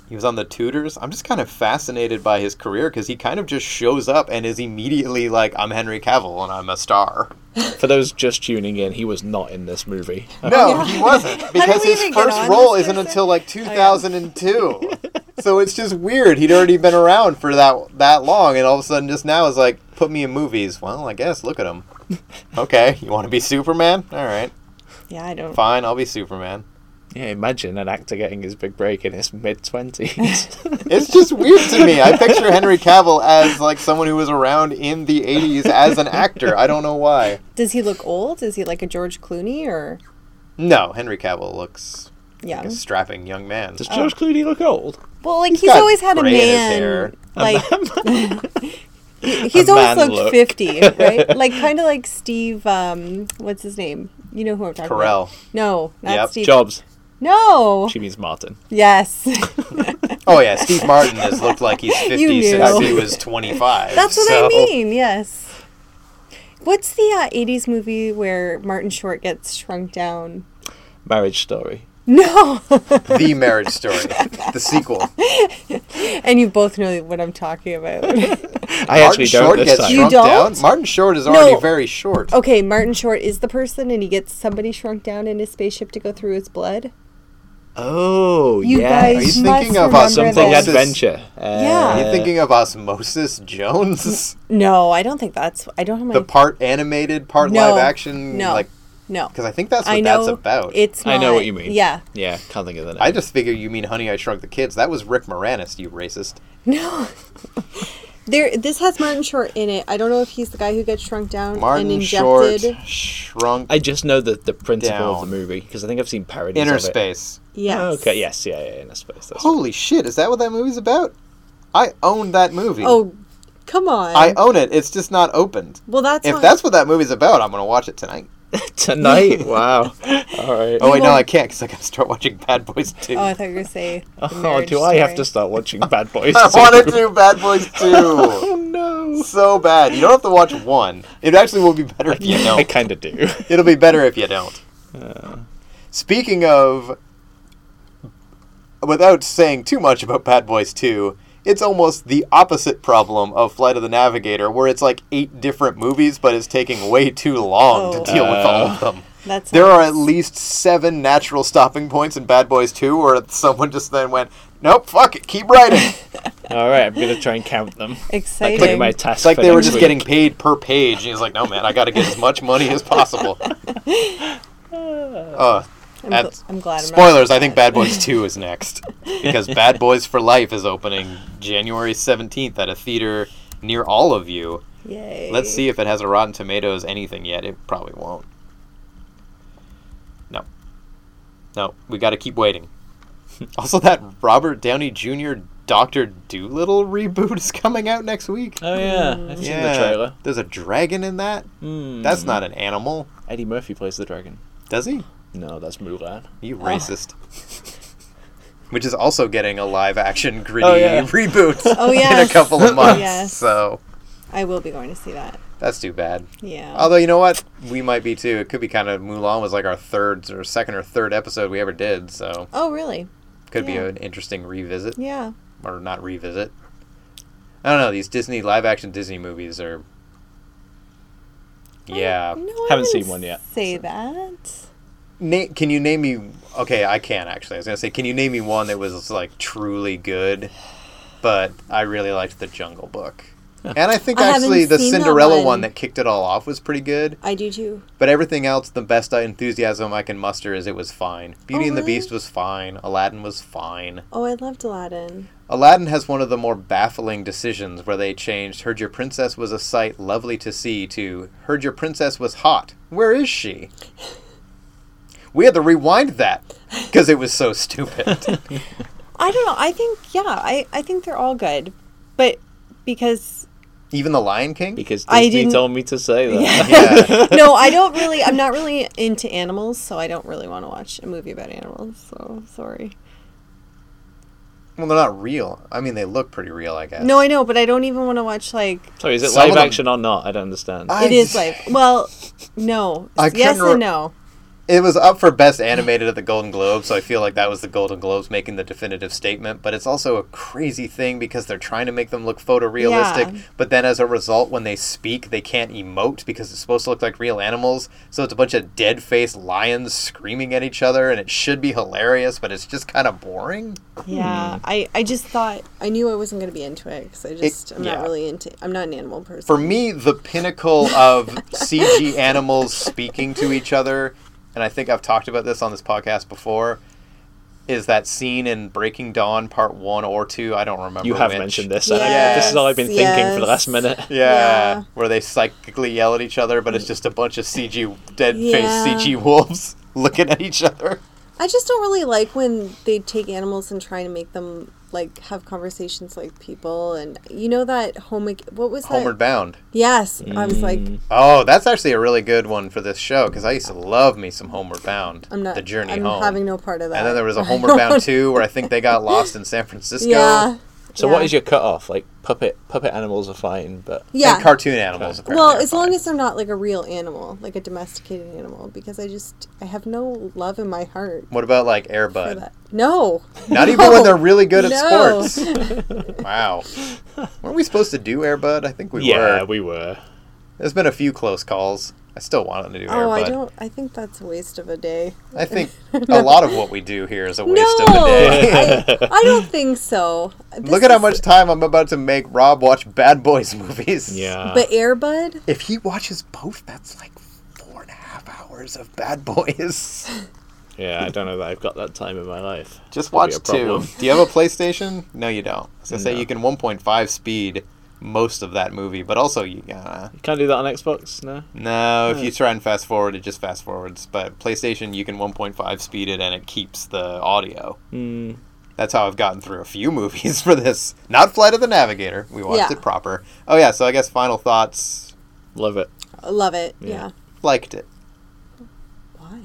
B: He was on the Tudors. I'm just kind of fascinated by his career because he kind of just shows up and is immediately like, I'm Henry Cavill and I'm a star.
D: For those just tuning in, he was not in this movie.
B: No,
C: yeah.
B: he wasn't because
C: we
B: his
C: even get
B: first
C: on
B: role
C: this
B: isn't
C: person? Oh,
B: until like 2002. so it's just weird. He'd already been around for that that long, and all of a sudden, just now is like, put me in movies. Well, I guess look at him. Okay, you want to be Superman? All right,
C: Yeah, I don't.
B: fine. I'll be Superman.
D: Yeah, imagine an actor getting his big break in his mid twenties.
B: It's just weird to me. I picture Henry Cavill as like someone who was around in the 80s as an actor. I don't know why.
C: Does he look old? Is he like a George Clooney or
B: No, Henry Cavill looks like
C: young?
B: a strapping young man.
D: Does George Clooney look old?
C: Well, like he's,
B: got
C: always had a
B: gray in his
C: man.
B: hair.
C: Like he- he's always
D: man
C: looked
D: look.
C: fifty, right? like kind of like Steve. Um, what's his name? You know who I'm talking about?
B: Carell.
C: No, not
B: Yep.
C: Steve.
D: Jobs.
C: No.
D: She means Martin.
C: Yes.
B: Oh yeah, Steve Martin has looked like he's 50
C: knew.
B: since he was 25.
C: That's what I
B: so-
C: mean. Yes. What's the uh, '80s movie where Martin Short gets shrunk down?
D: Marriage Story.
C: No.
B: The Marriage Story, the sequel.
C: and you both know what I'm talking about.
D: I actually don't
B: Short
D: this
B: gets
D: time.
C: You
B: shrunk
C: don't?
B: down. Martin Short is already
C: No. Oh.
B: very short.
C: okay, Martin Short is the person, and he gets somebody shrunk down in his spaceship to go through his blood.
D: Oh,
C: You
D: yes.
B: Are you
C: guys
B: thinking of
C: must
B: uh,
C: remember
D: something
B: Osmosis?
C: this.
D: adventure? Uh,
C: Yeah.
B: Are you thinking of Osmosis Jones,
C: No, I don't think that's. I don't have my.
B: the part animated, part
C: No.
B: live action?
C: no,
B: like
C: no.
B: because I think that's what
C: I know
B: that's about.
C: It's.
D: I know
C: not-
D: what you mean.
C: Yeah.
D: Yeah, can't think of the name.
B: I just figure you mean Honey I Shrunk the Kids. That was Rick Moranis, you racist.
C: No. There, this has Martin Short in it. I don't know if he's the guy who gets shrunk down
B: Martin
C: and
B: Short
C: injected.
B: shrunk
D: I just know the, the principle of the
B: Down.
D: movie because I think I've seen parodies
B: inner
D: of it.
B: space.
C: Yes.
D: Oh, okay, yes, yeah, yeah, inner space. That's
B: Holy shit! Is that what that movie's about? I own that movie.
C: Oh, come on.
B: I own it. It's just not opened.
C: well, that's
B: If
C: on-
B: that's what that movie's about, I'm gonna watch it tonight.
D: it. Tonight, wow. All right.
B: Oh wait, no,
C: won't-
B: I can't because I gotta start watching Bad Boys Two.
C: Oh, I thought you were gonna say. the
D: Oh,
C: marriage
D: do I have
C: story.
D: to start watching Bad Boys?
B: I
D: too?
B: want to do Bad Boys
D: Oh
B: Two
D: no.
B: so bad. You don't have to watch one. It actually will be better if you
D: I
B: don't.
D: kind of do.
B: It'll be better if you don't. Speaking of, without saying too much about Bad Boys Two. It's almost the opposite problem of Flight of the Navigator, where it's like eight different movies, but it's taking way too long
C: Oh.
B: to deal with all of them.
C: That's
B: There are at least seven natural stopping points in Bad Boys 2 where someone just then went, nope, fuck it, keep writing.
D: All right, I'm gonna try and count them. That could be
C: exciting.
D: my task.
B: It's like
D: for
B: they were
D: next
B: just
D: week.
B: getting paid per page. And he's like, no, man, I got to get as much money as possible. Uh,
C: I'm,
B: at-
C: gl- I'm glad. I'm not-
B: spoilers, I think Bad Boys 2 is next. Because Bad Boys for Life is opening January 17th at a theater near all of you.
C: Yay.
B: Let's see if it has a Rotten Tomatoes anything yet. It probably won't. No. No, we got to keep waiting. also, that Robert Downey Jr. Doctor Doolittle reboot is coming out next week.
D: Oh yeah, I've seen the trailer.
B: There's a dragon in that.
D: Mm.
B: That's not an animal,
D: Eddie Murphy plays the dragon.
B: does he?
D: No, that's Mulan.
B: You
C: Oh.
B: racist. Which is also getting a live action gritty
D: yeah.
B: reboot
C: Oh,
B: in
C: yes.
B: a couple of months.
C: Yes.
B: So
C: I will be going to see that.
B: that's too bad.
C: Yeah.
B: Although you know what, we might be too. It could be kind of Mulan was like our third or second or third episode we ever did, so
C: oh, really?
B: could
C: Yeah.
B: be an interesting revisit
C: Yeah.
B: or not revisit. I don't know. These Disney live action Disney movies are, yeah.
C: No, I
D: Haven't seen
C: wouldn't
D: one yet,
C: Say that.
B: Na- can you name me? Okay, I can actually. I was gonna say, can you name me one that was like truly good? But I really liked the Jungle Book, and I think
C: I haven't
B: actually the
C: seen that
B: Cinderella
C: one.
B: one that kicked it all off was pretty good.
C: I do too.
B: But everything else, the best enthusiasm I can muster is it was fine. Beauty
C: Oh,
B: and the
C: really?
B: Beast was fine. Aladdin was fine.
C: Oh, I loved Aladdin.
B: Aladdin has one of the more baffling decisions where they changed Heard Your Princess was a sight lovely to see to Heard Your Princess was hot. Where is she? We had to rewind that because it was so stupid.
C: I don't know. I think yeah. I I think they're all good, but because
B: Even The Lion King?
D: Because
C: I
D: Disney
C: didn't-
D: told me to say that.
B: Yeah.
C: no, I don't really. I'm not really into animals, so I don't really want to watch a movie about animals. So sorry.
B: Well, they're not real. I mean, they look pretty real, I guess.
C: No, I know, but I don't even want to watch like
D: Sorry, is it
B: Some of
D: live
B: them-
D: action or not? I don't understand.
B: I-
C: it is like well, no,
B: I
C: yes
B: couldn't re-
C: and no.
B: it was up for best animated at the Golden Globes, so I feel like that was the Golden Globes making the definitive statement. But it's also a crazy thing because they're trying to make them look photorealistic,
C: Yeah.
B: but then as a result, when they speak, they can't emote because it's supposed to look like real animals. So it's a bunch of dead faced lions screaming at each other, and it should be hilarious, but it's just kind of boring.
C: Yeah,
B: Hmm.
C: I, I just thought I knew I wasn't going to be into it because I just I'm
B: yeah.
C: not really into I'm not an animal person.
B: For me, the pinnacle of CG animals speaking to each other, and I think I've talked about this on this podcast before, is that scene in Breaking Dawn Part 1 or 2. I don't remember.
D: You have
B: which.
D: mentioned this.
C: Yes,
D: and I, this is all I've been thinking for the last
C: yes.
D: minute.
B: Yeah,
C: Yeah.
B: where they psychically yell at each other, but it's just a bunch of CG dead
C: Yeah.
B: faced CG wolves looking at each other.
C: I just don't really like when they take animals and try to make them like have conversations like people and you know that home what was that?
B: Homeward Bound.
C: Yes, I was like
B: Oh, that's actually a really good one for this show because I used to love me some Homeward Bound.
C: I'm not
B: the journey
C: I'm
B: home.
C: having no part of that.
B: and then there was a Homeward Bound two where I think they got lost in San Francisco.
C: Yeah.
D: So
C: yeah.
D: what is your cutoff? Like puppet puppet animals are fine, but
C: Yeah.
B: And cartoon animals. apparently
C: well,
B: are
C: as long
B: fine.
C: as they're not like a real animal, like a domesticated animal, because I just I have no love in my heart
B: What about like
C: for
B: Airbud?
C: that. No.
B: Not even when they're really good at
C: No.
B: sports. wow. Weren't we supposed to do Airbud? I think we
D: yeah,
B: were.
D: we were.
B: There's been a few close calls. I still wanted to do
C: Oh,
B: Airbud.
C: I don't. I think that's a waste of a day.
B: I think a lot of what we do here is a waste
C: no,
B: of a day.
C: I, I don't think so. This
B: Look at how
C: is-
B: much time I'm about to make Rob watch Bad Boys movies.
D: Yeah.
C: But Airbud,
B: If he watches both, that's like four and a half hours of Bad Boys.
D: yeah, I don't know that I've got that time in my life.
B: Just
D: Could be
B: watch
D: a
B: two.
D: problem.
B: Do you have a PlayStation? No, you don't. I was gonna say
D: No.
B: you can 1.5 speed most of that movie, but also you uh,
D: Can't do that on Xbox, no?
B: no. If you try and fast forward, it just fast forwards. But PlayStation, you can 1.5 speed it, and it keeps the audio.
D: Mm.
B: That's how I've gotten through a few movies for this. Not Flight of the Navigator. We watched
C: Yeah.
B: it proper. Oh yeah. So I guess final thoughts.
D: Love it.
C: I love it. Yeah.
D: Yeah.
B: Liked it
C: Why?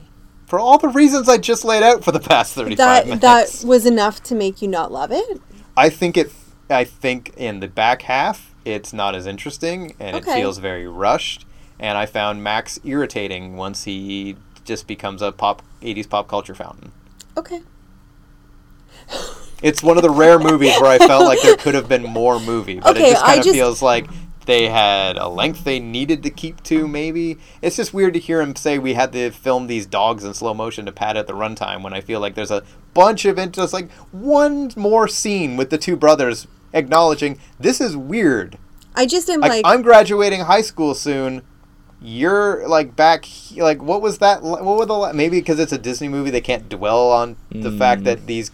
B: for all the reasons I just laid out for the past 35
C: That
B: minutes.
C: that was enough to make you not love it.
B: I think it. I think in the back half, it's not as interesting, and it
C: Okay.
B: feels very rushed. And I found Max irritating once he just becomes a pop '80s pop culture fountain.
C: Okay.
B: It's one of the rare movies where I felt like there could have been more movie, but
C: Okay,
B: it just
C: I
B: kind of
C: just-
B: feels like they had a length they needed to keep to. Maybe it's just weird to hear him say we had to film these dogs in slow motion to pad out the runtime when I feel like there's a bunch of it. Just like one more scene with the two brothers acknowledging this is weird.
C: I just am
B: Like,
C: like,
B: I'm graduating high school soon. You're like back, he- like what was that? li- What were the la- maybe because it's a Disney movie, they can't dwell on the fact that these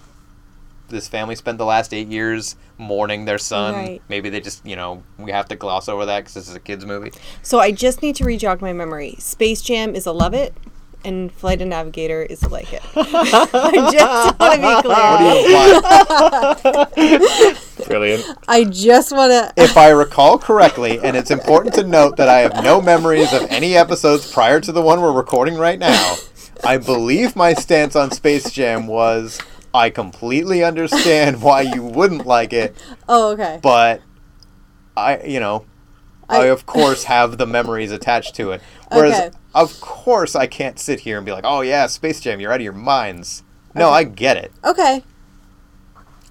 B: this family spent the last eight years mourning their son.
C: Right.
B: Maybe they just you know we have to gloss over that because this is a kids movie.
C: so I just need to re-jog my memory. Space Jam is a love it, and Flight of Navigator is a like it. I just want to be
B: What do
C: clear.
B: you imply?
D: Brilliant.
C: I just want to.
B: if I recall correctly, and it's important to note that I have no memories of any episodes prior to the one we're recording right now. I believe my stance on Space Jam was I completely understand why you wouldn't like it,
C: Oh, okay.
B: but I, you know, I,
C: I-
B: of course have the memories attached to it. Whereas,
C: Okay.
B: of course, I can't sit here and be like, oh yeah, Space Jam, you're out of your minds. No, I get it.
C: Okay.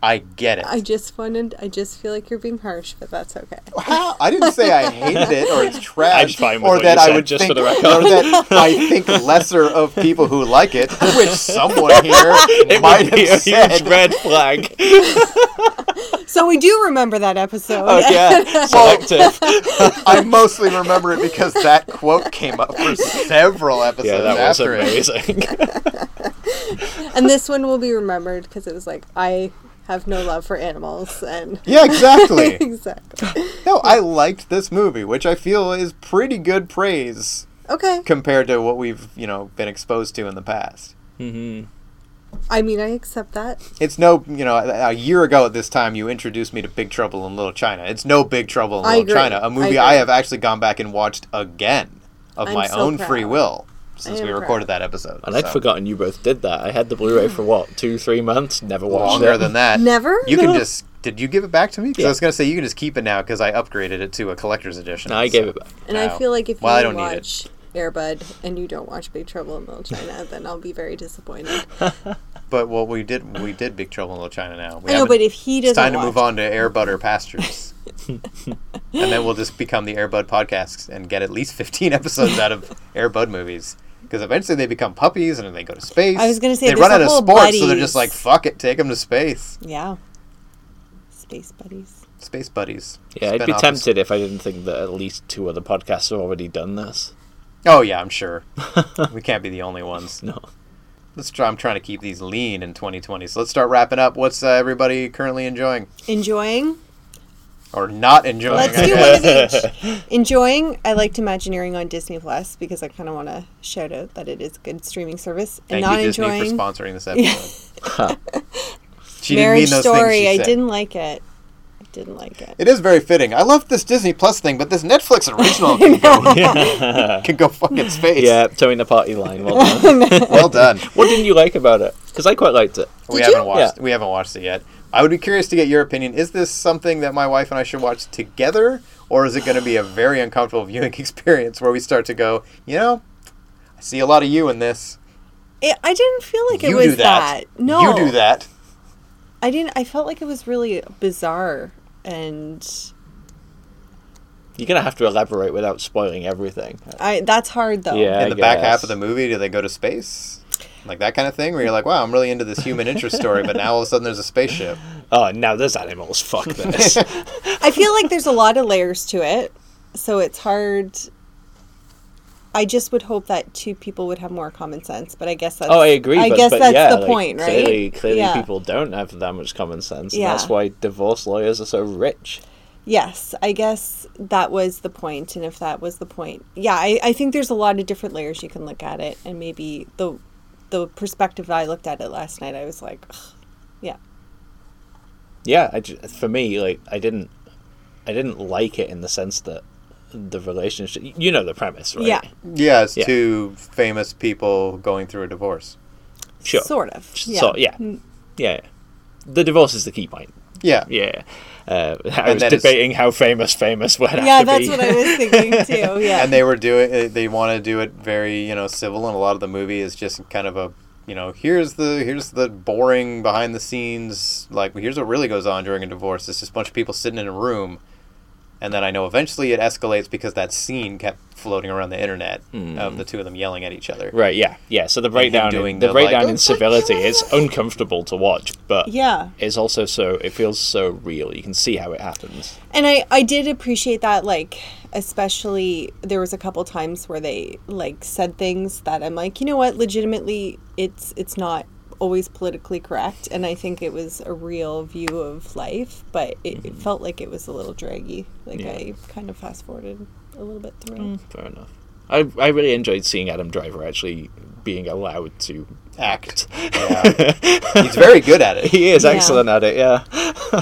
B: I get it.
C: I just wanted. I just feel like you're being harsh, but that's okay.
B: How? I didn't say I hated it or it's trash.
D: I'm fine with
B: or
D: what
B: that
D: you
B: I
D: said,
B: would
D: just
B: think,
D: for the record.
B: Or that I think lesser of people who like it, which someone here might
D: be a
B: have said.
D: huge red flag.
C: So we do remember that episode.
D: oh yeah. Selective.
B: I mostly remember it because that quote came up for several episodes
D: yeah, that was
B: after it.
D: amazing.
C: and this one will be remembered because it was like I have no love for animals and
B: Yeah, exactly.
C: exactly.
B: No, I liked this movie, which I feel is pretty good praise
C: Okay.
B: compared to what we've, you know, been exposed to in the past.
C: I mean, I accept that.
B: It's no, you know, a a year ago at this time, you introduced me to Big Trouble in Little China. It's no Big Trouble in
C: I
B: Little
C: agree.
B: China, a
C: I
B: movie
C: agree.
B: I, have actually gone back and watched again of
C: I'm
B: my
C: so
B: own
C: proud.
B: free will since
C: am
B: we recorded that episode.
D: And I'd
B: so.
D: forgotten you both did that. I had the Blu-ray for what two, three months. Never watched
B: Longer
D: it.
B: than that.
C: Never?
B: You can
C: No.
B: just. Did you give it back to me? Because I
D: Yeah.
B: was going to say you can just keep it now because I upgraded it to a collector's edition.
D: No, I gave it back.
C: And
B: Wow.
C: I feel like if
B: Well, I
C: you
B: don't need it.
C: watch Airbud and you don't watch Big Trouble in Little China, then I'll be very disappointed.
B: But well, we did we did Big Trouble in Little China now. We
C: I know,
B: haven't-
C: but if he doesn't
B: it's time to
C: watch,
B: move on to Air Butter Pastures. and then we'll just become the Airbud podcast and get at least 15 episodes out of Airbud movies. Because eventually they become puppies and then they go to space.
C: I was gonna say,
B: they
C: there's
B: run
C: a
B: out of
C: whole
B: sports, so they're just like,
C: buddies.
B: fuck it, take them to space.
C: yeah, space buddies.
B: Space buddies.
D: Yeah, I'd be
B: Spin-offs.
D: tempted if I didn't think that at least two other podcasts have already done this.
B: Oh, yeah, I'm sure. we can't be the only ones.
D: No.
B: Let's try. I'm trying to keep these lean in 2020. So let's start wrapping up. What's uh, everybody currently enjoying
C: Enjoying.
B: or not enjoying?
C: Let's
B: I
C: do
B: guess.
C: one of each. Enjoying. I liked Imagineering on Disney Plus because I kind of want to shout out that it is a good streaming service. And
B: Thank
C: not
B: you, Disney,
C: enjoying
B: for sponsoring this episode. she didn't mean
C: Marriage
B: those
C: Story.
B: things she
C: I
B: said.
C: didn't like it. I didn't like it.
B: It is very fitting. I love this Disney Plus thing, but this Netflix original can go, can go fucking space.
D: Yeah, towing the party line. Well done.
B: Well done.
D: what didn't you like about it? Because I quite liked it.
B: we
C: Did
B: haven't
C: you?
B: watched
D: Yeah.
B: we haven't watched it yet. I would be curious to get your opinion. Is this something that my wife and I should watch together or is it going to be a very uncomfortable viewing experience where we start to go, you know, I see a lot of you in this.
C: it I didn't feel like it
B: you
C: was
B: do that.
C: No,
B: You do that.
C: I didn't. I felt like it was really bizarre and.
D: You're gonna have to elaborate without spoiling everything.
C: I, that's hard though.
D: Yeah.
B: In
D: I
B: the back half
D: guess.
B: of the movie, do they go to space? Like that kind of thing where you're like, wow, I'm really into this human interest story, but now all of a sudden there's a spaceship.
D: Oh, now there's animals. Fuck this.
C: I feel like there's a lot of layers to it, so it's hard. I just would hope that two people would have more common sense, but I guess that's.
D: oh, I agree.
C: I
D: but,
C: guess
D: but
C: that's
D: yeah,
C: the
D: like,
C: point, right?
D: Clearly, clearly
C: Yeah.
D: people don't have that much common sense.
C: Yeah.
D: And that's why divorce lawyers are so rich.
C: Yes, I guess that was the point, and if that was the point, yeah, I, I think there's a lot of different layers you can look at it, and maybe the the perspective that I looked at it last night, I was like, "Ugh, yeah,
D: yeah I ju- for me like i didn't i didn't like it in the sense that the relationship you know the premise right
C: yeah,
B: Yeah, it's
D: Yeah.
B: two famous people going through a divorce.
D: sure
C: sort of, yeah. Mm.
D: so yeah yeah the divorce is the key point
B: Yeah.
D: yeah uh,
B: And
D: i was
B: then it's-
D: debating how famous famous would have
C: yeah,
D: to
C: that's
D: be
C: what I was thinking too. Yeah,
B: And they were doing eh, they want to do it very, you know, civil and a lot of the movie is just kind of a, you know, here's the here's the boring behind the scenes like here's what really goes on during a divorce. It's just a bunch of people sitting in a room. And then I know eventually it escalates because that scene kept floating around the internet of the two of them yelling at each other.
D: right yeah yeah so the breakdown
B: doing
D: in, the,
B: the, like,
D: breakdown
B: "Oh,
D: in civility is uncomfortable to watch but
C: Yeah.
D: it's also so it feels so real you can see how it happens
C: and I I did appreciate that, like especially there was a couple times where they like said things that I'm like, you know what, legitimately, it's it's not always politically correct, and I think it was a real view of life, but it, it felt like it was a little draggy. Like
D: Yeah.
C: I kind of fast forwarded a little bit through.
D: fair enough I, I really enjoyed seeing Adam Driver actually being allowed to
B: Act. Yeah. He's very good at it.
D: He is
C: Yeah.
D: excellent at it, yeah.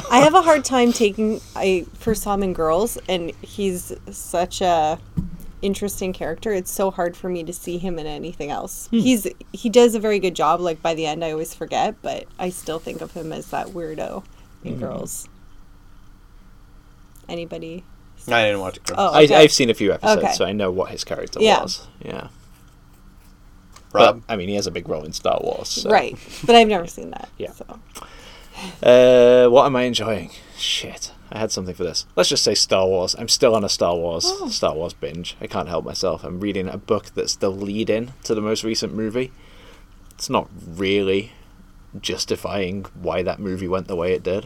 C: I have a hard time taking. I first saw him in Girls, and he's such a interesting character. It's so hard for me to see him in anything else.
D: Hmm.
C: He's he does a very good job. Like by the end, I always forget, but I still think of him as that weirdo
D: Hmm.
C: in Girls. Anybody?
B: I didn't watch it.
C: Oh,
D: I,
C: okay.
D: I've seen a few episodes,
C: Okay.
D: so I know what his character
C: Yeah.
D: was. Yeah.
B: Rob.
D: But, I mean, he has a big role in Star Wars. so-
C: right, but I've never seen that.
D: Yeah.
C: So.
D: Uh, what am I enjoying? Shit. I had something for this. Let's just say Star Wars. I'm still on a Star Wars
C: Oh.
D: Star Wars binge. I can't help myself. I'm reading a book that's the lead in to the most recent movie. It's not really justifying why that movie went the way it did.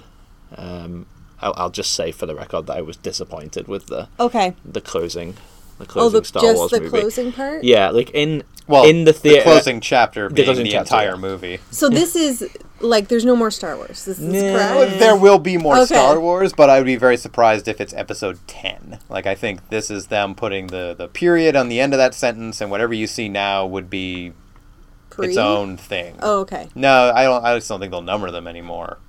D: Um, I'll, I'll just say for the record that I was disappointed with the
C: Okay.
D: the closing, the closing
C: Oh, the,
D: Star
C: just
D: Wars
C: the
D: movie.
C: closing part.
D: Yeah, like in
B: Well,
D: in the theater.
B: closing chapter being the,
D: closing chapter,
B: entire
D: yeah.
B: movie.
C: So this is like there's no more Star Wars. This is
B: Well,
C: correct.
B: there will be more
C: Okay.
B: Star Wars, but I would be very surprised if it's episode 10. Like, I think this is them putting the, the period on the end of that sentence, and whatever you see now would be
C: Pre?
B: its own thing.
C: Oh, okay.
B: No, I don't. I just don't think they'll number them anymore.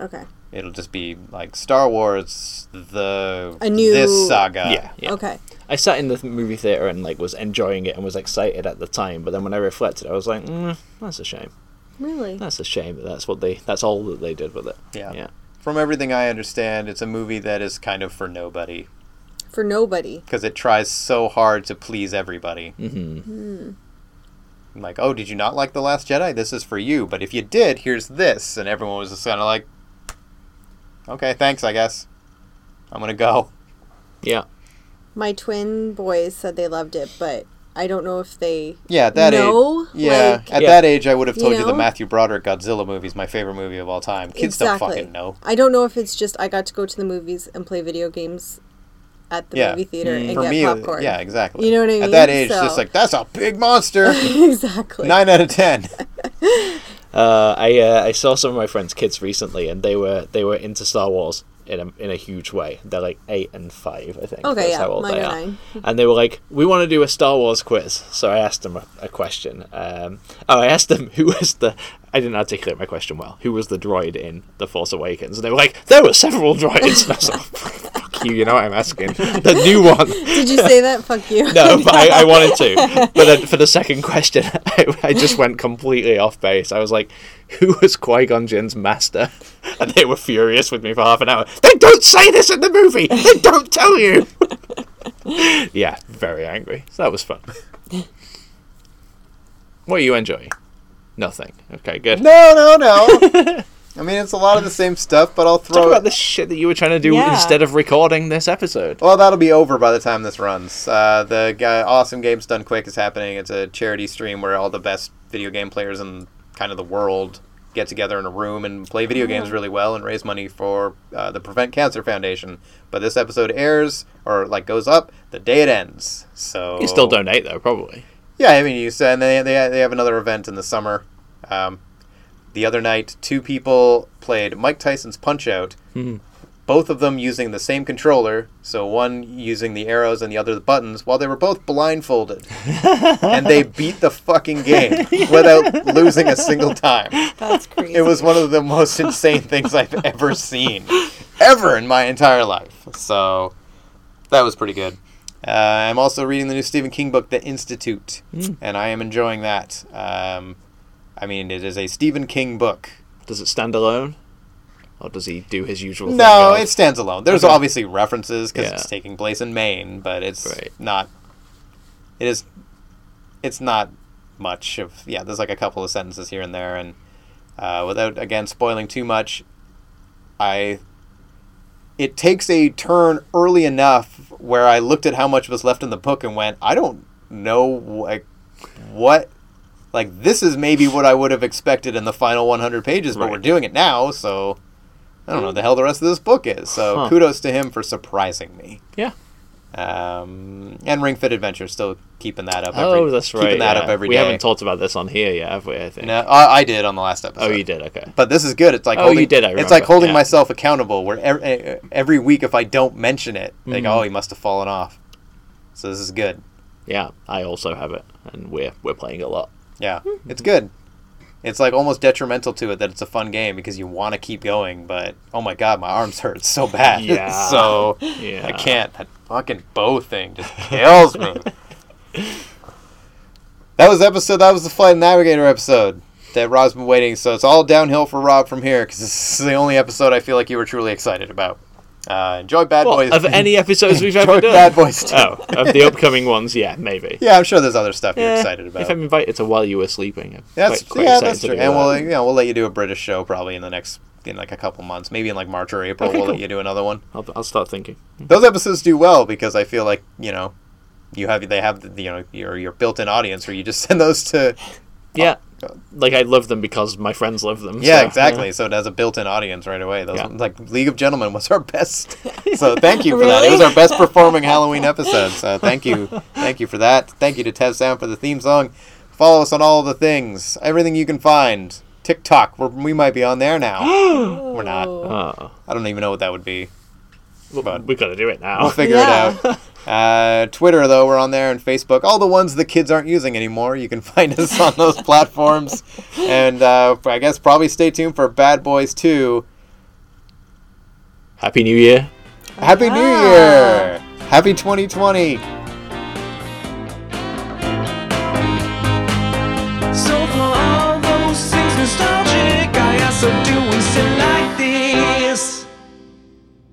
C: Okay.
B: It'll just be like Star Wars, the
C: A new-
B: this saga.
D: yeah, yeah.
C: Okay.
D: I sat in the th- movie theater and like was enjoying it and was excited at the time, but then when I reflected, I was like, mm, "That's a shame.
C: Really?
D: That's a shame that that's what they. That's all that they did with it."
B: Yeah.
D: yeah.
B: From everything I understand, it's a movie that is kind of for nobody.
C: for nobody.
B: because it tries so hard to please everybody. I'm like, oh, did you not like The Last Jedi? This is for you. But if you did, here's this. And everyone was just kind of like, okay, thanks, I guess. I'm going to go.
D: Yeah.
C: My twin boys said they loved it, but I don't know if they
B: Yeah, at that
C: No,
B: age. Yeah,
C: like-
B: at
D: Yeah.
B: that age, I would have
C: You
B: told you, the
C: know?
B: Matthew Broderick Godzilla movie is my favorite movie of all time. Kids don't fucking know.
C: I don't know if it's just I got to go to the movies and play video games at the
B: Yeah.
C: movie theater and
B: For
C: get
B: me,
C: popcorn.
B: yeah, exactly.
C: You know what I
B: At that
C: mean?
B: age, just
C: So-
B: like that's a big monster.
C: exactly.
B: Nine out of ten.
D: Uh, I uh, I saw some of my friends' kids recently, and they were they were into Star Wars in a in a huge way. They're like eight and five, I think.
C: Okay,
D: that's
C: yeah,
D: how old
C: mine
D: they
C: are
D: are.
C: nine.
D: And they were like, "We want to do a Star Wars quiz." So I asked them a, a question. Um, oh, I asked them who was the I didn't articulate my question well. Who was the droid in The Force Awakens? And they were like, "There were several droids." And I was like, "Fuck you! You know what I'm asking? The new one."
C: Did you say that? Fuck you.
D: No, but I, I wanted to. But then for the second question, I, I just went completely off base. I was like, "Who was Qui Gon Jinn's master?" And they were furious with me for half an hour. They don't say this in the movie. They don't tell you. yeah, very angry. So that was fun. What are you enjoying? Nothing. Okay, good.
B: No, no, no. I mean, it's a lot of the same stuff, but I'll
D: Talk
B: throw.
D: about the shit that you were trying to do
C: Yeah.
D: instead of recording this episode.
B: Well, that'll be over by the time this runs. Uh, the uh, awesome games done quick is happening. It's a charity stream where all the best video game players in kind of the world get together in a room and play video
D: Mm-hmm.
B: games really well and raise money for uh, the Prevent Cancer Foundation. But this episode airs or like goes up the day it ends. So
D: You still donate though, probably.
B: Yeah, I mean, you said and they, they, they have another event in the summer. Um, the other night, two people played Mike Tyson's Punch Out, both of them using the same controller, so one using the arrows and the other the buttons, while they were both blindfolded. and they beat the fucking game without losing a single time.
C: That's crazy.
B: It was one of the most insane things I've ever seen, ever in my entire life. So that was pretty good. Uh, I'm also reading the new Stephen King book, The Institute,
D: Hmm.
B: and I am enjoying that. Um, I mean, it is a Stephen King book.
D: Does it stand alone, or does he do his usual? thing
B: No,
D: of-
B: it stands alone. There's
D: Okay.
B: obviously references because
D: Yeah.
B: it's taking place in Maine, but it's
D: Right.
B: not. It is. It's not much of yeah. There's like a couple of sentences here and there, and uh, without again spoiling too much, I. It takes a turn early enough where I looked at how much was left in the book and went, I don't know like what. Like this is maybe what I would have expected in the final 100 pages, but
D: Right.
B: we're doing it now, so I don't know what the hell the rest of this book is. So
D: Huh.
B: kudos to him for surprising me.
D: Yeah.
B: Um, and Ring Fit Adventure still keeping that up.
D: Oh,
B: every-
D: that's right.
B: Keeping that
D: yeah.
B: up every
D: we
B: day.
D: haven't talked about this on here yet, have we? I think.
B: No, I, I did on the last episode.
D: Oh, you did. Okay.
B: But this is good. It's like
D: Oh, you
B: holding,
D: did, I
B: It's like
D: remember,
B: holding
D: yeah.
B: myself accountable. Where every, every week, if I don't mention it, like
D: Mm-hmm.
B: oh, he must have fallen off. So this is good.
D: Yeah, I also have it, and we're we're playing a lot.
B: Yeah,
D: Hmm.
B: it's good. It's like almost detrimental to it that it's a fun game because you want to keep going, but oh my god, my arms hurt so bad.
D: Yeah.
B: so
D: Yeah.
B: I can't. That fucking bow thing just kills me. that was the episode. That was the flight navigator episode that Rob's been waiting. So it's all downhill for Rob from here because this is the only episode I feel like you were truly excited about. Uh, enjoy Bad
D: Well,
B: Boys.
D: of any episodes we've
B: enjoy
D: ever done.
B: Bad Boys. too.
D: Oh, of the upcoming ones, yeah, maybe.
B: Yeah, I'm sure there's other stuff you're
D: Eh,
B: excited about.
D: If I'm invited to while you were sleeping, I'm
B: That's
D: quite, quite
B: yeah,
D: excited
B: that's
D: to
B: true.
D: do
B: And
D: that.
B: we'll yeah, we'll let you do a British show probably in the next in like a couple months, maybe in like March or April.
D: Okay,
B: we'll let
D: cool.
B: you do another one.
D: I'll, I'll start thinking.
B: Those episodes do well because I feel like you know you have they have the, you know your your built-in audience where you just send those to
D: Yeah,
B: God.
D: like I love them because my friends love them.
B: yeah
D: so,
B: exactly so it has a built-in audience right away those
D: Yeah.
B: like League of Gentlemen was our best so thank you for that it
C: Really?
B: was our best performing Halloween episode so thank you thank you for that thank you to Tev Sound for the theme song follow us on all the things everything you can find TikTok we're, we might be on there now we're not.
C: Oh.
D: Oh,
B: I don't even know what that would be. But
D: we got to do it now.
B: we'll figure
C: Yeah.
B: it out. Uh, Twitter, though, we're on there and Facebook. All the ones the kids aren't using anymore. You can find us on those platforms. And uh, I guess probably stay tuned for Bad Boys 2.
D: Happy New Year.
B: Happy New Year! Happy 2020!
A: So for all those things nostalgic, I ask, so do